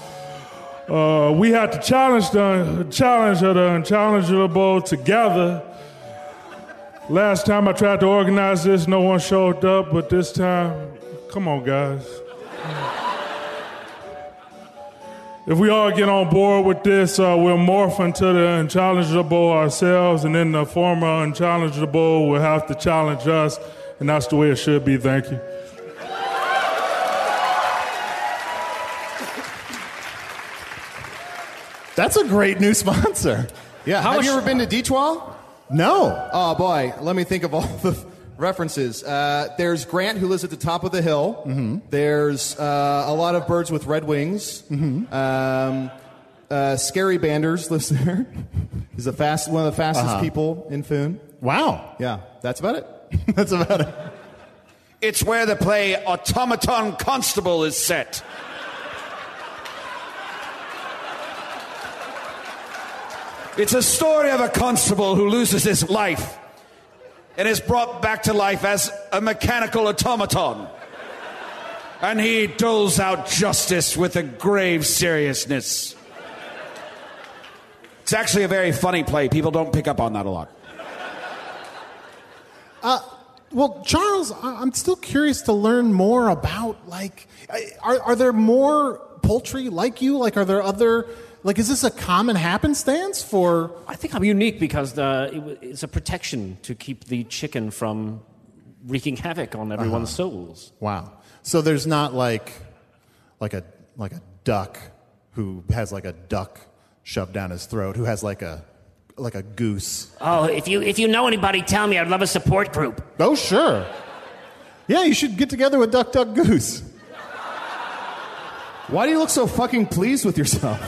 [SPEAKER 9] Uh, we have to challenge the challenge of the unchallengeable together Last time I tried to organize this, no one showed up, but this time, come on, guys. if we all get on board with this, uh, we'll morph into the unchallengeable ourselves, and then the former unchallengeable will have to challenge us, and that's the way it should be. Thank you.
[SPEAKER 3] That's a great new sponsor.
[SPEAKER 4] Yeah.
[SPEAKER 3] How
[SPEAKER 4] Have
[SPEAKER 3] much-
[SPEAKER 4] you ever been to D12?
[SPEAKER 3] No.
[SPEAKER 4] Oh boy, let me think of all the references. Uh, there's Grant who lives at the top of the hill.
[SPEAKER 3] Mhm.
[SPEAKER 4] There's uh, a lot of birds with red wings.
[SPEAKER 3] Mhm.
[SPEAKER 4] Um, uh, Scary Banders lives there. He's the fast, one of the fastest
[SPEAKER 5] Uh-huh.
[SPEAKER 4] people in Foon.
[SPEAKER 3] Wow.
[SPEAKER 4] Yeah, that's about it.
[SPEAKER 3] that's about it.
[SPEAKER 5] It's where the play Automaton Constable is set. It's a story of a constable who loses his life and is brought back to life as a mechanical automaton. And he doles out justice with a grave seriousness. It's actually a very funny play. People don't pick up on that a lot.
[SPEAKER 3] Uh, well, Charles, I- I'm still curious to learn more about like, I- are are there more poultry like you? Like, are there other like, is this a common happenstance for?
[SPEAKER 6] I think I'm unique because the, it, wa- it's a protection to keep the chicken from wreaking havoc on everyone's
[SPEAKER 3] Uh-huh.
[SPEAKER 6] souls.
[SPEAKER 3] Wow. So there's not like, like a like a duck who has like a duck shoved down his throat who has like a like a goose.
[SPEAKER 8] Oh, if you if you know anybody, tell me. I'd love a support group.
[SPEAKER 3] Oh sure. Yeah, you should get together with Duck Duck Goose.
[SPEAKER 4] Why do you look so fucking pleased with yourself?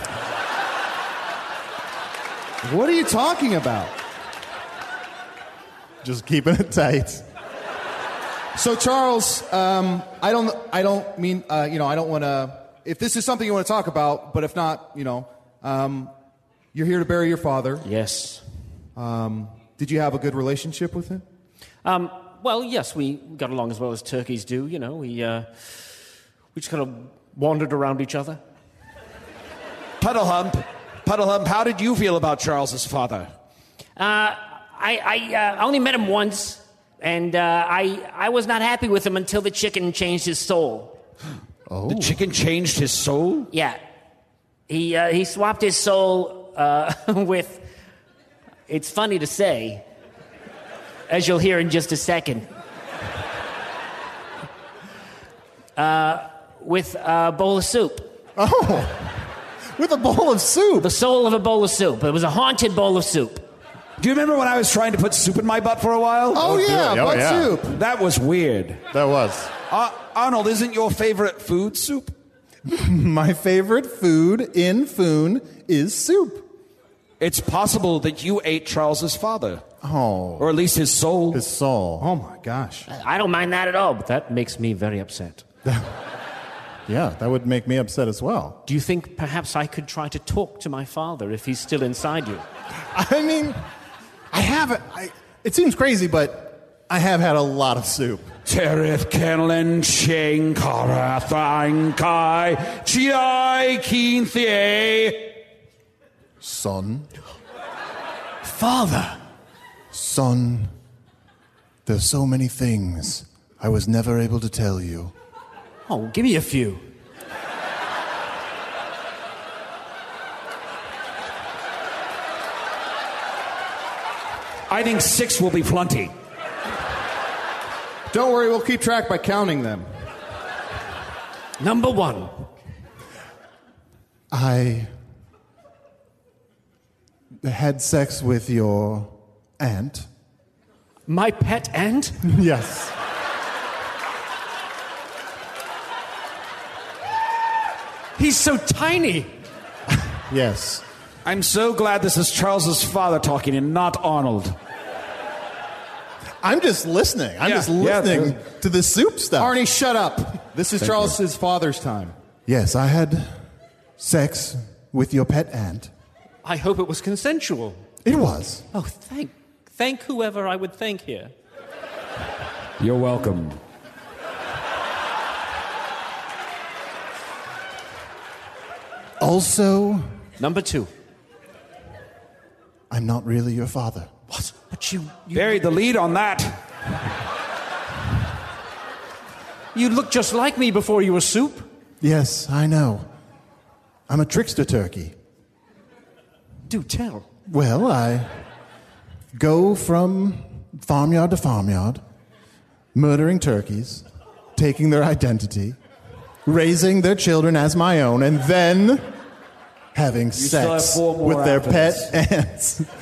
[SPEAKER 4] what are you talking about?
[SPEAKER 3] Just keeping it tight.
[SPEAKER 4] So Charles, um, I don't, I don't mean, uh, you know, I don't want to. If this is something you want to talk about, but if not, you know, um, you're here to bury your father.
[SPEAKER 6] Yes.
[SPEAKER 4] Um, did you have a good relationship with him?
[SPEAKER 6] Um, well, yes, we got along as well as turkeys do. You know, we uh, we just kind of wandered around each other.
[SPEAKER 5] Puddle hump. Puddle hump, how did you feel about Charles's father?
[SPEAKER 8] Uh, I, I uh, only met him once, and uh, I, I was not happy with him until the chicken changed his soul.
[SPEAKER 5] The
[SPEAKER 3] Oh.
[SPEAKER 5] chicken changed his soul?
[SPEAKER 8] Yeah. He, uh, he swapped his soul uh, with, it's funny to say, as you'll hear in just a second, uh, with a bowl of soup.
[SPEAKER 3] Oh! With a bowl of soup?
[SPEAKER 8] The soul of a bowl of soup. It was a haunted bowl of soup.
[SPEAKER 5] Do you remember when I was trying to put soup in my butt for a while?
[SPEAKER 8] Oh, Oh, yeah, dude. Oh, butt yeah. soup.
[SPEAKER 5] That was weird.
[SPEAKER 3] That was.
[SPEAKER 5] Uh, Arnold, isn't your favorite food soup?
[SPEAKER 3] My favorite food in Foon is soup.
[SPEAKER 5] It's possible that you ate Charles's father.
[SPEAKER 3] Oh.
[SPEAKER 5] Or at least his soul.
[SPEAKER 3] His soul.
[SPEAKER 4] Oh my gosh.
[SPEAKER 8] I don't mind that at all, but that makes me very upset.
[SPEAKER 3] Yeah, that would make me upset as well.
[SPEAKER 6] Do you think perhaps I could try to talk to my father if he's still inside you?
[SPEAKER 3] I mean, I haven't. I, it seems crazy, but I have had a lot of soup.
[SPEAKER 5] Terith Kenlin Ching Karathang Kai Chiai Keen Thie.
[SPEAKER 3] Son,
[SPEAKER 5] Father.
[SPEAKER 3] son, there's so many things I was never able to tell you.
[SPEAKER 6] Oh, give me a few.
[SPEAKER 5] I think six will be plenty.
[SPEAKER 4] Don't worry, we'll keep track by counting them.
[SPEAKER 6] Number one.
[SPEAKER 3] I had sex with your aunt.
[SPEAKER 6] My pet aunt?
[SPEAKER 3] yes.
[SPEAKER 6] He's so tiny.
[SPEAKER 3] Yes.
[SPEAKER 5] I'm so glad this is Charles's father talking and not Arnold.
[SPEAKER 3] I'm just listening. I'm just listening to the soup stuff.
[SPEAKER 4] Arnie, shut up. This is
[SPEAKER 3] Thank
[SPEAKER 4] Charles's father's time.
[SPEAKER 3] Yes, I had sex with your pet aunt.
[SPEAKER 6] I hope it was consensual.
[SPEAKER 3] It was.
[SPEAKER 6] Oh, thank, thank whoever I would thank here.
[SPEAKER 5] You're welcome.
[SPEAKER 3] Also,
[SPEAKER 6] number two.
[SPEAKER 3] I'm not really your father.
[SPEAKER 6] What? But
[SPEAKER 5] You, buried the lead on that.
[SPEAKER 6] You looked just like me before you were soup.
[SPEAKER 3] Yes, I know. I'm a trickster turkey.
[SPEAKER 6] Do tell.
[SPEAKER 3] Well, I go from farmyard to farmyard, murdering turkeys, taking their identity, raising their children as my own, and then having
[SPEAKER 5] still have
[SPEAKER 3] sex
[SPEAKER 5] four more
[SPEAKER 3] with their
[SPEAKER 5] after
[SPEAKER 3] pet
[SPEAKER 5] this.
[SPEAKER 3] ants.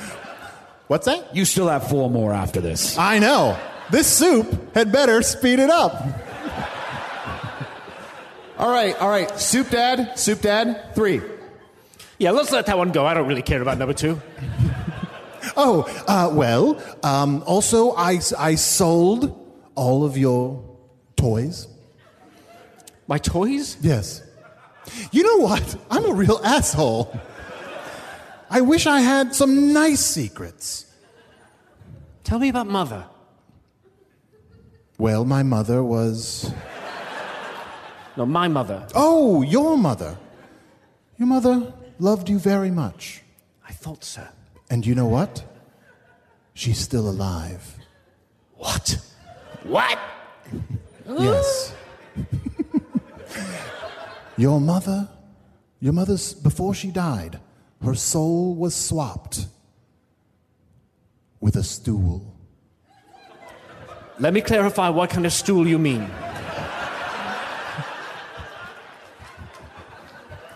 [SPEAKER 3] What's that?
[SPEAKER 5] You still have four more after this.
[SPEAKER 3] I know. This soup had better speed it up.
[SPEAKER 4] All right, all right. Soup Dad, Soup Dad, three.
[SPEAKER 6] Yeah, let's let that one go. I don't really care about number two.
[SPEAKER 3] Oh, uh, well, um, also, I, I sold all of your toys.
[SPEAKER 6] My toys?
[SPEAKER 3] Yes. You know what? I'm a real asshole. I wish I had some nice secrets.
[SPEAKER 6] Tell me about mother.
[SPEAKER 3] Well, my mother was.
[SPEAKER 6] No, my mother.
[SPEAKER 3] Oh, your mother. Your mother loved you very much.
[SPEAKER 6] I thought so.
[SPEAKER 3] And you know what? She's still alive.
[SPEAKER 6] What? What?
[SPEAKER 3] Yes. your mother, your mother's, before she died, her soul was swapped with a stool.
[SPEAKER 6] Let me clarify what kind of stool you mean.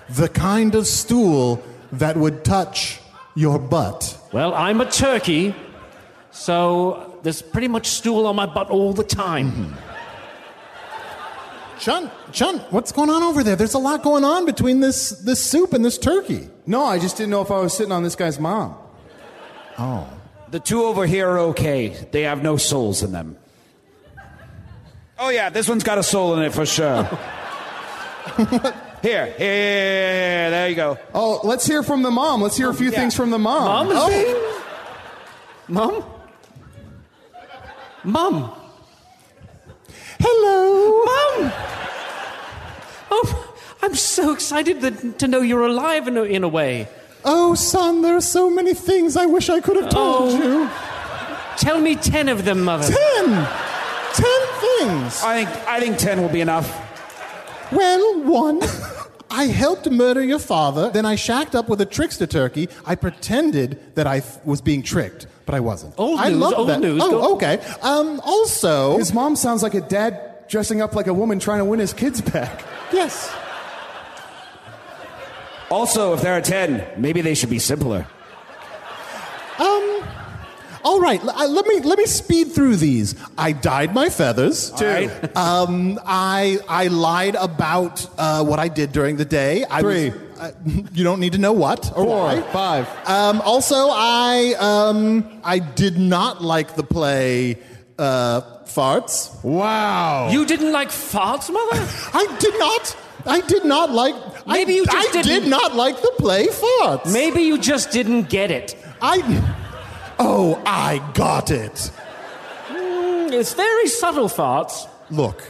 [SPEAKER 3] The kind of stool that would touch your butt.
[SPEAKER 6] Well, I'm a turkey, so there's pretty much stool on my butt all the time.
[SPEAKER 3] Mm-hmm. Chun, Chun, what's going on over there? There's a lot going on between this, this soup and this turkey.
[SPEAKER 4] No, I just didn't know if I was sitting on this guy's mom.
[SPEAKER 3] Oh.
[SPEAKER 5] The two over here are okay. They have no souls in them. Oh, yeah, this one's got a soul in it for sure. here, here, here, there you go.
[SPEAKER 4] Oh, let's hear from the mom. Let's hear a few
[SPEAKER 5] Yeah.
[SPEAKER 4] things from the mom.
[SPEAKER 5] Mom is
[SPEAKER 4] Oh.
[SPEAKER 6] Mom? Mom?
[SPEAKER 3] Hello?
[SPEAKER 6] Mom! Oh, I'm so excited that, to know you're alive in a, in a way.
[SPEAKER 3] Oh, son, there are so many things I wish I could have told
[SPEAKER 6] Oh.
[SPEAKER 3] you.
[SPEAKER 6] Tell me ten of them, Mother.
[SPEAKER 3] Ten! Ten things!
[SPEAKER 5] I think, I think 10 will be enough.
[SPEAKER 3] Well, one, I helped murder your father, then I shacked up with a trickster turkey. I pretended that I f- was being tricked, but I wasn't.
[SPEAKER 6] Old
[SPEAKER 3] I
[SPEAKER 6] news,
[SPEAKER 3] love
[SPEAKER 6] old
[SPEAKER 3] that.
[SPEAKER 6] news.
[SPEAKER 3] Oh,
[SPEAKER 6] Go-
[SPEAKER 3] okay. Um, also,
[SPEAKER 4] His mom sounds like a dad dressing up like a woman trying to win his kids back.
[SPEAKER 3] yes.
[SPEAKER 5] Also, if there are 10, maybe they should be simpler.
[SPEAKER 3] Um, all right. l- I- let me let me speed through these. I dyed my feathers.
[SPEAKER 5] All right.
[SPEAKER 3] Um, I I lied about uh, what I did during the day. I
[SPEAKER 4] Three.
[SPEAKER 3] Was, uh, you don't need to know what or
[SPEAKER 4] Four,
[SPEAKER 3] why.
[SPEAKER 4] five.
[SPEAKER 3] Um, also, I um, I did not like the play uh, Farts.
[SPEAKER 4] Wow.
[SPEAKER 6] You didn't like farts, Mother?
[SPEAKER 3] I did not. I did not like.
[SPEAKER 6] Maybe
[SPEAKER 3] I,
[SPEAKER 6] you just
[SPEAKER 3] I did
[SPEAKER 6] didn't-
[SPEAKER 3] not like the play Farts.
[SPEAKER 6] Maybe you just didn't get it.
[SPEAKER 3] I. Oh, I got it.
[SPEAKER 6] Mm, It's very subtle farts.
[SPEAKER 3] Look,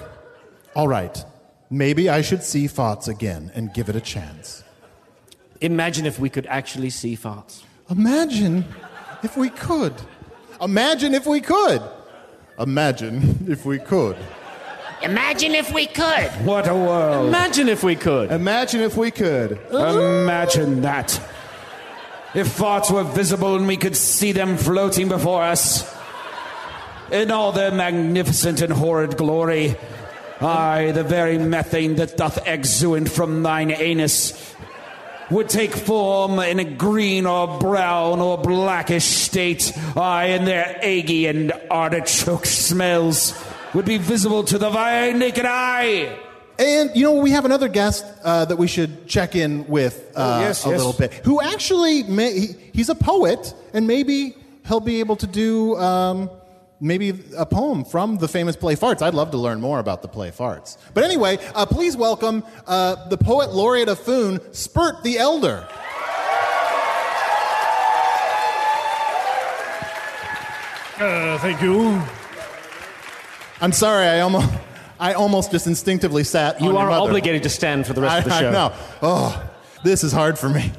[SPEAKER 3] all right. Maybe I should see Farts again and give it a chance.
[SPEAKER 6] Imagine if we could actually see farts.
[SPEAKER 3] Imagine if we could. Imagine if we could. Imagine if we could.
[SPEAKER 8] Imagine if we
[SPEAKER 3] Uh.
[SPEAKER 8] could.
[SPEAKER 5] What a world.
[SPEAKER 6] Imagine if we could.
[SPEAKER 4] Imagine if we could.
[SPEAKER 5] Imagine that. If farts were visible and we could see them floating before us in all their magnificent and horrid glory. Aye, the very methane that doth exuent from thine anus would take form in a green or brown or blackish state. Aye, and their eggy and artichoke smells would be visible to the very naked eye.
[SPEAKER 3] And you know we have another guest uh, that we should check in with uh,
[SPEAKER 6] Oh,
[SPEAKER 5] yes,
[SPEAKER 3] a
[SPEAKER 5] yes.
[SPEAKER 3] little bit. Who actually may, he, he's a poet, and maybe he'll be able to do um, maybe a poem from the famous play Farts. I'd love to learn more about the play Farts. But anyway, uh, please welcome uh, the poet laureate of Foon, Spurt the Elder.
[SPEAKER 9] Uh, thank you.
[SPEAKER 3] I'm sorry, I almost I almost just instinctively sat. on
[SPEAKER 6] You
[SPEAKER 3] your
[SPEAKER 6] are
[SPEAKER 3] mother.
[SPEAKER 6] obligated to stand for the rest
[SPEAKER 3] I,
[SPEAKER 6] of the show.
[SPEAKER 3] I know. Oh, this is hard for me.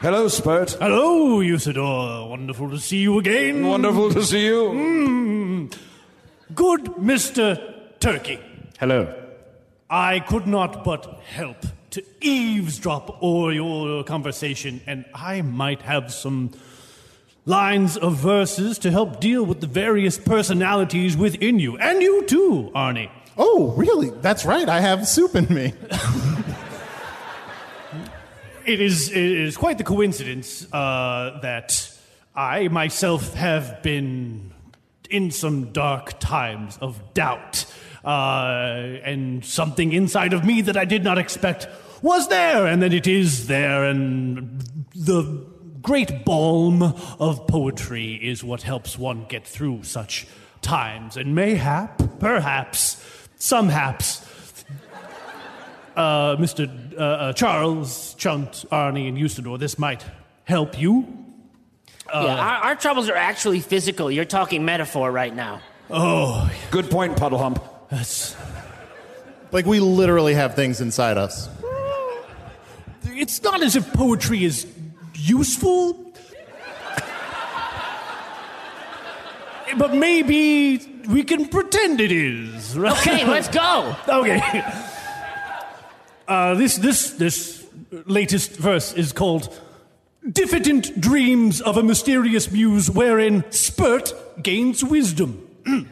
[SPEAKER 5] Hello, Spurt.
[SPEAKER 10] Hello, Usador. Wonderful to see you again.
[SPEAKER 5] Wonderful to see you.
[SPEAKER 10] Mm. Good Mr. Turkey.
[SPEAKER 6] Hello.
[SPEAKER 10] I could not but help to eavesdrop o'er your conversation, and I might have some lines of verses to help deal with the various personalities within you. And you too, Arnie.
[SPEAKER 3] Oh, really? That's right. I have soup in me.
[SPEAKER 10] It is, it is quite the coincidence uh, that I myself have been in some dark times of doubt. Uh, and something inside of me that I did not expect was there, and that it is there, and the great balm of poetry is what helps one get through such times. And mayhap, perhaps, some haps, uh, Mr. Uh, uh, Charles, Chunt, Arnie, and Eustace, this might help you. Uh,
[SPEAKER 8] yeah, our, our troubles are actually physical. You're talking metaphor right now.
[SPEAKER 10] Oh,
[SPEAKER 5] good point, Puddle Hump.
[SPEAKER 10] That's
[SPEAKER 3] like we literally have things inside us.
[SPEAKER 10] It's not as if poetry is useful. but maybe we can pretend it is. Right?
[SPEAKER 8] Okay, let's go.
[SPEAKER 10] okay. Uh, this this this latest verse is called "Diffident Dreams of a Mysterious Muse, Wherein Spurt Gains Wisdom."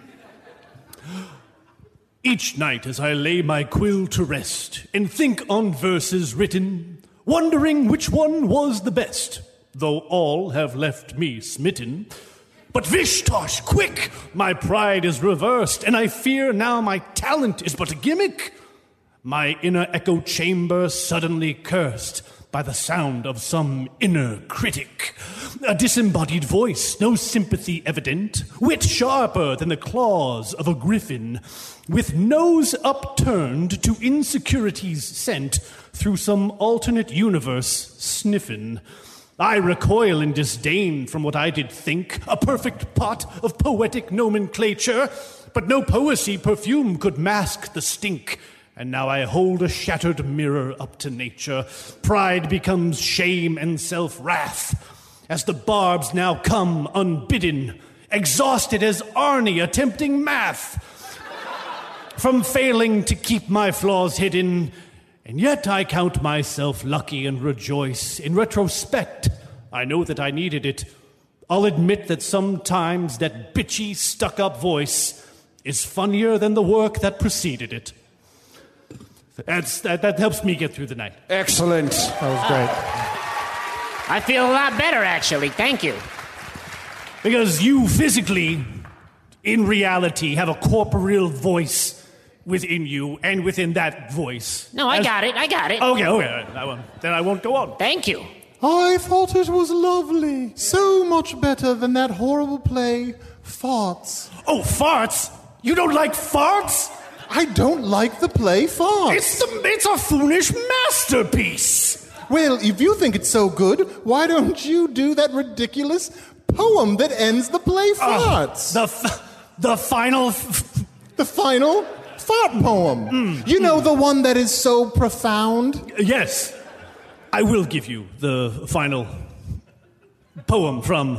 [SPEAKER 10] Each night as I lay my quill to rest and think on verses written, wondering which one was the best, though all have left me smitten. But Vishtosh, quick! My pride is reversed, and I fear now my talent is but a gimmick. My inner echo chamber suddenly cursed by the sound of some inner critic. A disembodied voice, no sympathy evident, wit sharper than the claws of a griffin, with nose upturned to insecurities sent through some alternate universe sniffin'. I recoil in disdain from what I did think a perfect pot of poetic nomenclature, but no poesy perfume could mask the stink. And now I hold a shattered mirror up to nature. Pride becomes shame and self wrath. As the barbs now come unbidden, exhausted as Arnie attempting math. From failing to keep my flaws hidden, and yet I count myself lucky and rejoice. In retrospect, I know that I needed it. I'll admit that sometimes that bitchy, stuck up voice is funnier than the work that preceded it. That's, that, that helps me get through the night.
[SPEAKER 5] Excellent. That
[SPEAKER 3] was great.
[SPEAKER 8] I feel a lot better, actually. Thank you.
[SPEAKER 10] Because you physically, in reality, have a corporeal voice within you and within that voice.
[SPEAKER 8] No, I
[SPEAKER 10] As-
[SPEAKER 8] got it. I got it.
[SPEAKER 10] Okay, okay. I won't, then I won't go on.
[SPEAKER 8] Thank you.
[SPEAKER 3] I thought it was lovely. So much better than that horrible play, Farts.
[SPEAKER 10] Oh, Farts? You don't like Farts?
[SPEAKER 3] I don't like the play Farts.
[SPEAKER 10] It's, the, it's a foolish masterpiece.
[SPEAKER 3] Well, if you think it's so good, why don't you do that ridiculous poem that ends the play Farts?
[SPEAKER 10] Ah, the, f- the final. F- Hmm,
[SPEAKER 3] the final fart poem. you know, the one that is so profound.
[SPEAKER 10] Yes, I will give you the final poem from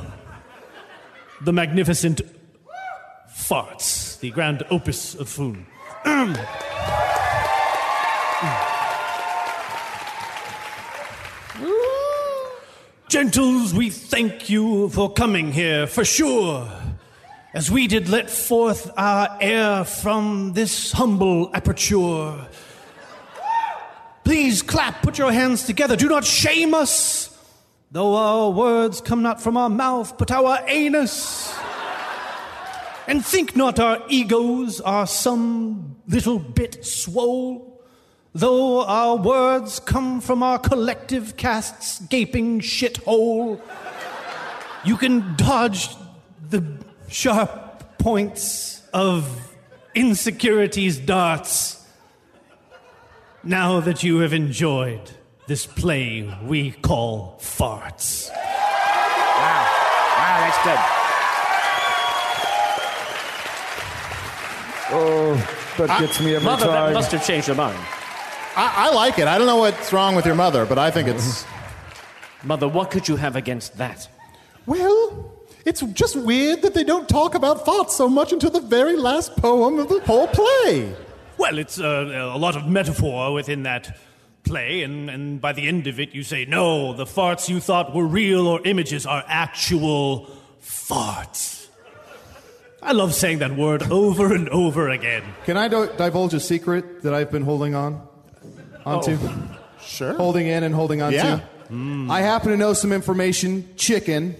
[SPEAKER 10] the magnificent Farts, the grand opus of Foon. Gentles, we thank you for coming here, for sure. As we did let forth our air from this humble aperture. Please clap, put your hands together, do not shame us. Though our words come not from our mouth, but our anus. And think not our egos are some little bit swole, though our words come from our collective cast's gaping shithole. You can dodge the sharp points of insecurity's darts now that you have enjoyed this play we call farts.
[SPEAKER 4] Ah,
[SPEAKER 6] Wow, that's good.
[SPEAKER 4] Oh, that gets me every
[SPEAKER 6] Ah, Mother, that
[SPEAKER 4] time.
[SPEAKER 6] must have changed her mind.
[SPEAKER 3] Oh, I, I like it. I don't know what's wrong with your mother, but I think it's
[SPEAKER 6] Mother, what could you have against that?
[SPEAKER 3] Well, it's just weird that they don't talk about thoughts so much until the very last poem of the whole play.
[SPEAKER 10] Well, it's uh, a lot of metaphor within that play, and, and by the end of it, you say, no, the farts you thought were real or images are actual farts. I love saying that word over and over again.
[SPEAKER 4] Can I do- divulge a secret that I've been holding on onto?
[SPEAKER 3] Sure.
[SPEAKER 4] Holding in and holding on
[SPEAKER 3] Yeah.
[SPEAKER 4] to. I happen to know some information. Chicken.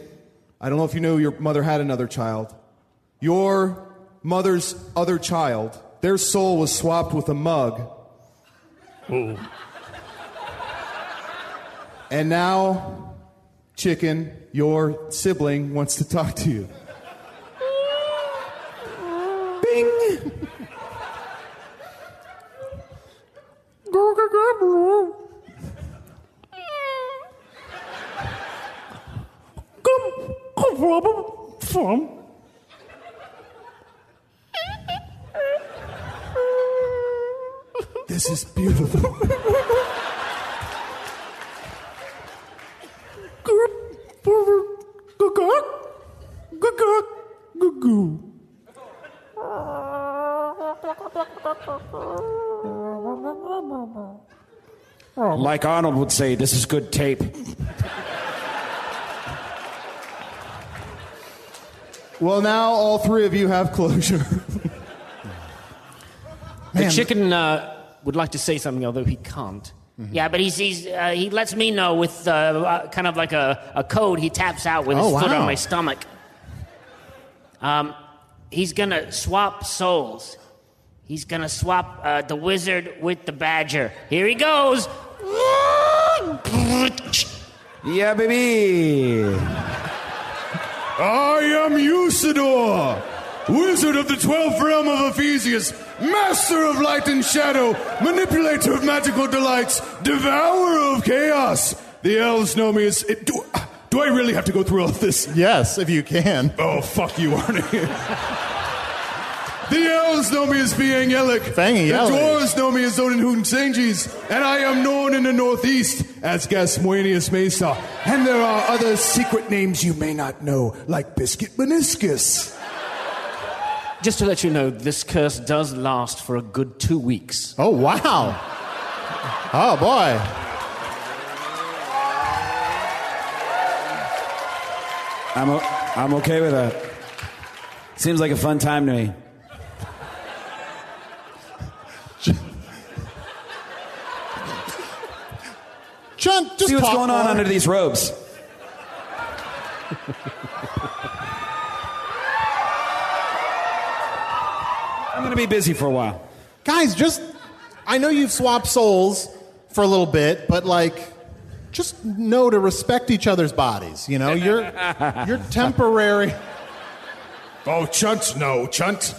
[SPEAKER 4] I don't know if you know your mother had another child. Your mother's other child, their soul was swapped with a mug.
[SPEAKER 10] Ooh.
[SPEAKER 4] And now, Chicken, your sibling wants to talk to you.
[SPEAKER 6] Ah,
[SPEAKER 4] Bing!
[SPEAKER 9] Come, come from, from.
[SPEAKER 4] This is beautiful.
[SPEAKER 5] Like Arnold would say, this is good tape.
[SPEAKER 4] Well, now all three of you have closure.
[SPEAKER 6] The
[SPEAKER 4] Man.
[SPEAKER 6] chicken uh, would like to say something, although he can't.
[SPEAKER 3] Hmm.
[SPEAKER 8] Yeah, but he's, he's, uh, he lets me know with uh, uh, kind of like a, a code he taps out with his
[SPEAKER 6] Oh,
[SPEAKER 8] foot
[SPEAKER 6] wow.
[SPEAKER 8] on my stomach. Um, he's going to swap souls. He's going to swap uh, the wizard with the badger. Here he goes.
[SPEAKER 11] Yeah, baby.
[SPEAKER 12] I am Usador, wizard of the twelfth realm of Ephesius, master of light and shadow, manipulator of magical delights, devourer of chaos. The elves know me as. Do, do I really have to go through all of this?
[SPEAKER 3] Yes, if you can.
[SPEAKER 12] Oh, fuck you, Arnie. The elves know me as being Yelik.
[SPEAKER 3] Fangy
[SPEAKER 12] the
[SPEAKER 3] Yelik.
[SPEAKER 12] dwarves know me as Odin Hootensanges. And I am known in the northeast as Gasmoenius Mesa. And there are other secret names you may not know, like Biscuit Meniscus.
[SPEAKER 6] Just to let you know, this curse does last for a good two weeks.
[SPEAKER 3] Oh, wow. Oh, boy.
[SPEAKER 5] I'm, o- I'm okay with that. Seems like a fun time to me.
[SPEAKER 3] John, just
[SPEAKER 5] See what's
[SPEAKER 3] talk
[SPEAKER 5] going on
[SPEAKER 3] more.
[SPEAKER 5] under these robes. I'm going to be busy for a while.
[SPEAKER 3] Guys, just I know you've swapped souls for a little bit, but like just know to respect each other's bodies, you know? You're you're temporary.
[SPEAKER 12] Oh, chunt, no, chunt.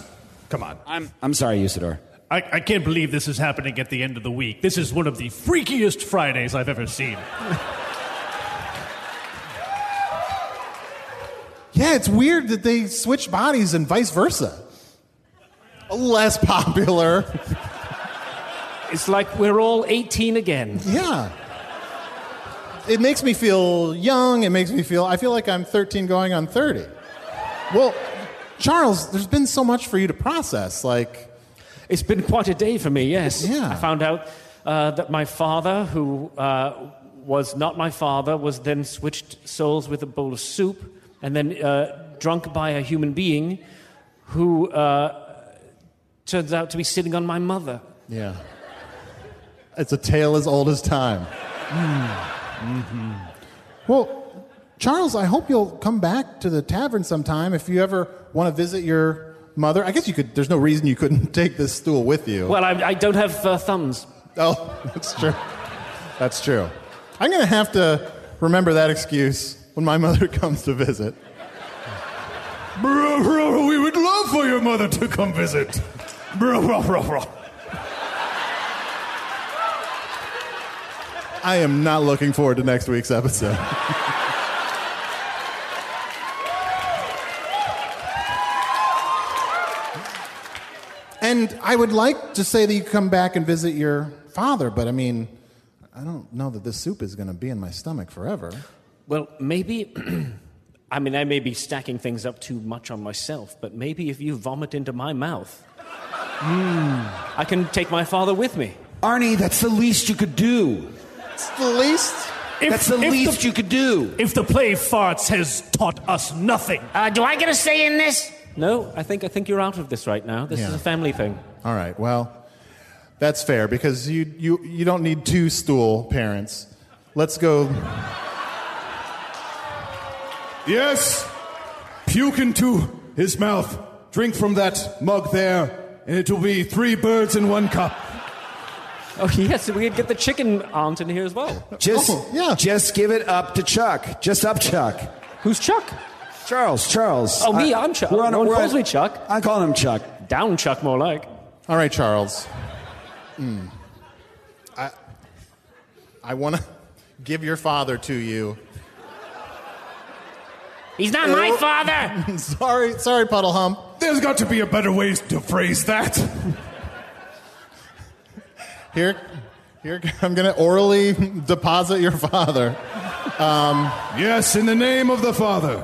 [SPEAKER 12] Come on.
[SPEAKER 10] I'm,
[SPEAKER 5] I'm sorry, Usador.
[SPEAKER 10] I, I can't believe this is happening at the end of the week. This is one of the freakiest Fridays I've ever seen.
[SPEAKER 3] Yeah, it's weird that they switch bodies and vice versa. Less popular.
[SPEAKER 6] It's like we're all 18 again.
[SPEAKER 3] Yeah. It makes me feel young. It makes me feel, I feel like I'm 13 going on 30. Well, Charles, there's been so much for you to process. Like,
[SPEAKER 6] it's been quite a day for me, yes.
[SPEAKER 3] Yeah.
[SPEAKER 6] I found out uh, that my father, who uh, was not my father, was then switched souls with a bowl of soup and then uh, drunk by a human being who uh, turns out to be sitting on my mother.
[SPEAKER 3] Yeah. It's a tale as old as time. Mm-hmm. Well, Charles, I hope you'll come back to the tavern sometime if you ever want to visit your mother. I guess you could, there's no reason you couldn't take this stool with you.
[SPEAKER 6] Well, I, I don't have uh, thumbs.
[SPEAKER 3] Oh, that's true. That's true. I'm going to have to remember that excuse when my mother comes to visit.
[SPEAKER 12] Bro, bro, we would love for your mother to come visit. Bro, bro, bro, bro.
[SPEAKER 3] I am not looking forward to next week's episode. and I would like to say that you come back and visit your father, but I mean, I don't know that this soup is going to be in my stomach forever.
[SPEAKER 6] Well, maybe.
[SPEAKER 8] I mean, I may be stacking things up too much on myself, but maybe if you vomit into my mouth,
[SPEAKER 5] Hmm.
[SPEAKER 8] I can take my father with me.
[SPEAKER 5] Arnie, that's the least you could do.
[SPEAKER 3] It's the least.
[SPEAKER 5] that's the least you could do.
[SPEAKER 10] If the play farts has taught us nothing.
[SPEAKER 8] Uh, do I get a say in this?
[SPEAKER 6] No, I think I think you're out of this right now. This
[SPEAKER 3] Yeah.
[SPEAKER 6] is a family thing.
[SPEAKER 3] All right. Well, that's fair because you you you don't need two stool parents. Let's go.
[SPEAKER 12] Yes, puke into his mouth. Drink from that mug there, and it will be three birds in one cup.
[SPEAKER 6] Oh yes, we could get the chicken aunt in here as well.
[SPEAKER 5] Just, just give it up to Chuck. Just up Chuck.
[SPEAKER 6] Who's Chuck?
[SPEAKER 5] Charles. Charles.
[SPEAKER 6] Oh, me,
[SPEAKER 5] I-
[SPEAKER 6] I'm Chuck.
[SPEAKER 5] We're on,
[SPEAKER 6] No one
[SPEAKER 5] we're
[SPEAKER 6] calls
[SPEAKER 5] on,
[SPEAKER 6] me Chuck.
[SPEAKER 5] I call him Chuck.
[SPEAKER 6] Down Chuck, more like.
[SPEAKER 3] All right, Charles.
[SPEAKER 5] Hmm.
[SPEAKER 3] Mm. I I want to give your father to you. Oh.
[SPEAKER 8] He's not my father.
[SPEAKER 3] sorry, sorry, Puddle Hump.
[SPEAKER 12] There's got to be a better way to phrase that.
[SPEAKER 3] Here, here I'm going to orally deposit your father. Um,
[SPEAKER 12] yes, in the name of the Father.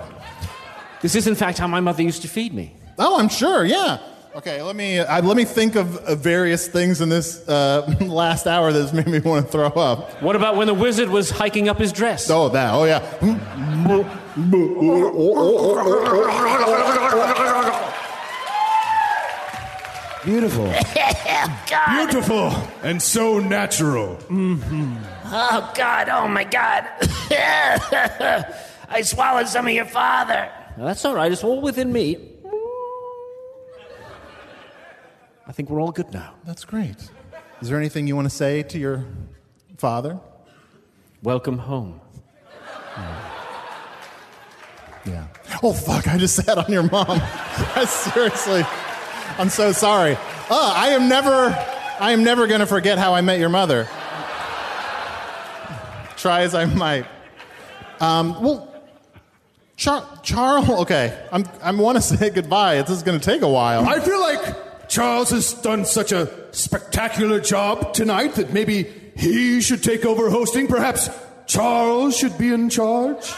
[SPEAKER 6] This is, in fact, how my mother used to feed me.
[SPEAKER 3] Oh, I'm sure. Yeah. Okay. Let me I, let me think of uh, various things in this uh, last hour that's made me want to throw up.
[SPEAKER 6] What about when the wizard was hiking up his dress?
[SPEAKER 3] Oh, that. Oh,
[SPEAKER 8] Oh,
[SPEAKER 3] yeah.
[SPEAKER 12] Beautiful.
[SPEAKER 8] God.
[SPEAKER 12] Beautiful and so natural.
[SPEAKER 8] Oh, God. Oh, my God. I swallowed some of your father.
[SPEAKER 6] Now, that's all right. It's all within me. I think we're all good now.
[SPEAKER 3] That's great. Is there anything you want to say to your father?
[SPEAKER 6] Welcome home.
[SPEAKER 3] Yeah. Oh fuck! I just sat on your mom. I Seriously, I'm so sorry. Uh, I am never, I am never gonna forget how I met your mother. Try as I might. Um, well, Char- Charles. Okay, I'm, I want to say goodbye. This is gonna take a while.
[SPEAKER 12] I feel like Charles has done such a spectacular job tonight that maybe he should take over hosting. Perhaps Charles should be in charge.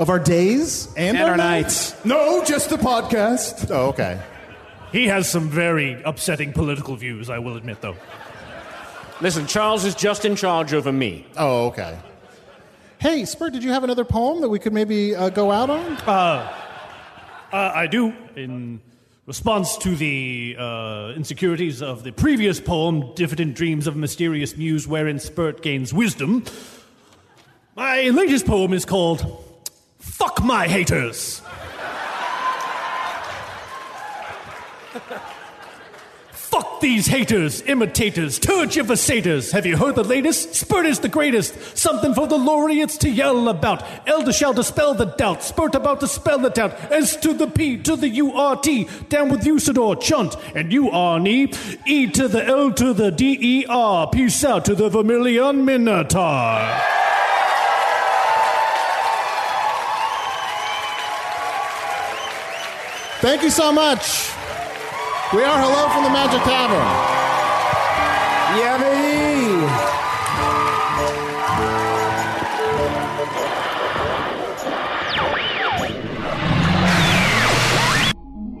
[SPEAKER 3] of our days and,
[SPEAKER 10] And our
[SPEAKER 12] No, just the podcast.
[SPEAKER 3] Oh, okay.
[SPEAKER 10] He has some very upsetting political views, I will admit, though.
[SPEAKER 6] Listen, Charles is just in charge over me.
[SPEAKER 3] Oh, okay. Hey, Spurt, did you have another poem that we could maybe uh, go out on?
[SPEAKER 10] Uh, uh, I do. In response to the uh, insecurities of the previous poem, Diffident Dreams of a Mysterious Muse, wherein Spurt gains wisdom, my latest poem is called Fuck My Haters. Fuck these haters, imitators, tergiversators. Have you heard the latest? Spurt is the greatest. Something for the laureates to yell about. Elder shall dispel the doubt. Spurt about to spell the doubt. S to the P to the U R T. Down with Usador, chunt, and you Arnie. E to the L to the D E R. Peace out to the Vermilion Minotaur.
[SPEAKER 3] Thank you so much. We are Hello from the Magic Tavern.
[SPEAKER 11] Yeah, baby.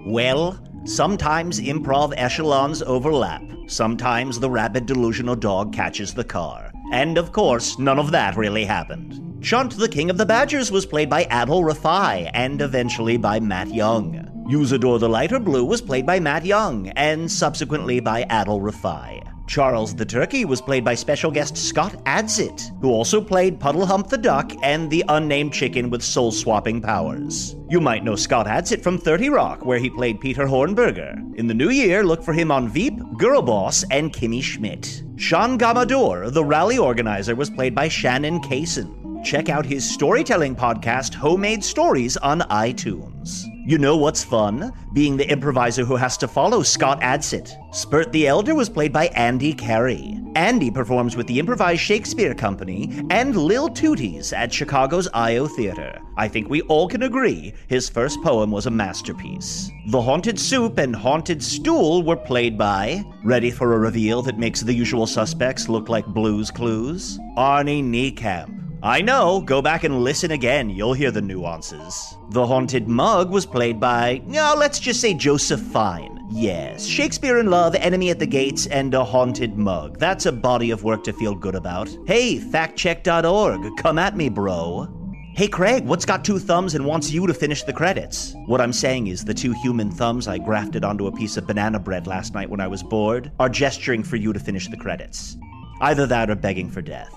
[SPEAKER 2] Well, sometimes improv echelons overlap. Sometimes the rabid delusional dog catches the car. And of course, none of that really happened. Chunt, the King of the Badgers, was played by Adol Rafai and eventually by Matt Young. Usador the Lighter Blue was played by Matt Young and subsequently by Adol Rafai. Charles the Turkey was played by special guest Scott Adsit, who also played Puddle Hump the Duck and the unnamed chicken with soul swapping powers. You might know Scott Adsit from 30 Rock, where he played Peter Hornberger. In the new year, look for him on Veep, Girl Boss, and Kimmy Schmidt. Sean Gamador, the rally organizer, was played by Shannon Kaysen. Check out his storytelling podcast, Homemade Stories, on iTunes. You know what's fun? Being the improviser who has to follow Scott Adsit. Spurt the Elder was played by Andy Carey. Andy performs with the Improvised Shakespeare Company and Lil Tooties at Chicago's I.O. Theater. I think we all can agree his first poem was a masterpiece. The Haunted Soup and Haunted Stool were played by, ready for a reveal that makes the usual suspects look like blues clues, Arnie Niekamp. I know, go back and listen again, you'll hear the nuances. The Haunted Mug was played by, no, let's just say Joseph Fine. Yes, Shakespeare in Love, Enemy at the Gates, and A Haunted Mug. That's a body of work to feel good about. Hey, factcheck.org, come at me, bro. Hey, Craig, what's got two thumbs and wants you to finish the credits? What I'm saying is the two human thumbs I grafted onto a piece of banana bread last night when I was bored are gesturing for you to finish the credits. Either that or begging for death.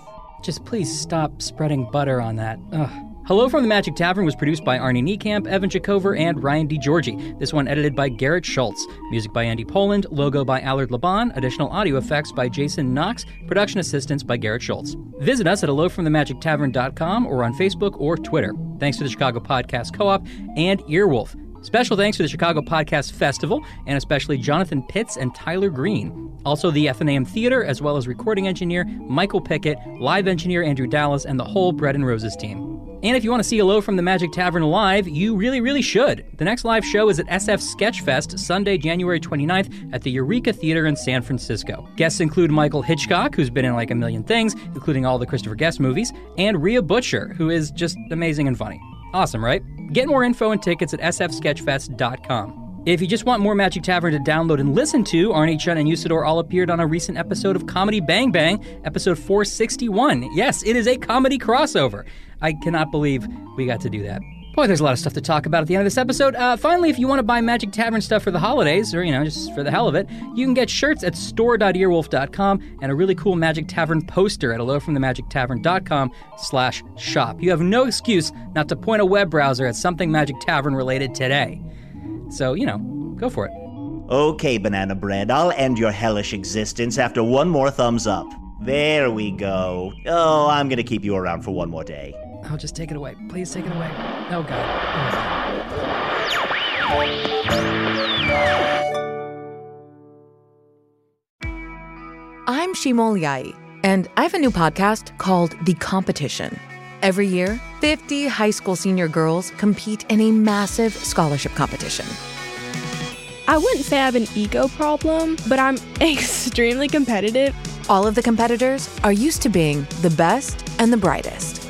[SPEAKER 1] Just please stop spreading butter on that. Ugh. Hello from the Magic Tavern was produced by Arnie Niekamp, Evan Jacover, and Ryan DiGiorgi. This one edited by Garrett Schultz. Music by Andy Poland, logo by Allard Laban, additional audio effects by Jason Knox, production assistance by Garrett Schultz. Visit us at hellofromthemagictavern.com or on Facebook or Twitter. Thanks to the Chicago Podcast Co-op and Earwolf. Special thanks to the Chicago Podcast Festival and especially Jonathan Pitts and Tyler Green. Also, the FNAM Theater, as well as recording engineer Michael Pickett, live engineer Andrew Dallas, and the whole Bread and Roses team. And if you want to see Hello from the Magic Tavern live, you really, really should. The next live show is at SF Sketchfest, Sunday, January 29th, at the Eureka Theater in San Francisco. Guests include Michael Hitchcock, who's been in like a million things, including all the Christopher Guest movies, and Rhea Butcher, who is just amazing and funny. Awesome, right? Get more info and tickets at sfsketchfest.com. If you just want more Magic Tavern to download and listen to, Arnie Chun and Usador all appeared on a recent episode of Comedy Bang Bang, episode 461. Yes, it is a comedy crossover. I cannot believe we got to do that. Boy, there's a lot of stuff to talk about at the end of this episode. Uh, finally, if you want to buy Magic Tavern stuff for the holidays, or, you know, just for the hell of it, you can get shirts at store.earwolf.com and a really cool Magic Tavern poster at hellofromthemagictavern.com slash shop. You have no excuse not to point a web browser at something Magic Tavern related today. So, you know, go for it.
[SPEAKER 2] Okay, banana bread, I'll end your hellish existence after one more thumbs up. There we go. Oh, I'm gonna keep you around for one more day.
[SPEAKER 1] I'll just take it away. Please take it away. Oh, God.
[SPEAKER 13] I'm Shimol Yai, and I have a new podcast called The Competition. Every year, 50 high school senior girls compete in a massive scholarship competition.
[SPEAKER 14] I wouldn't say I have an ego problem, but I'm extremely competitive.
[SPEAKER 13] All of the competitors are used to being the best and the brightest,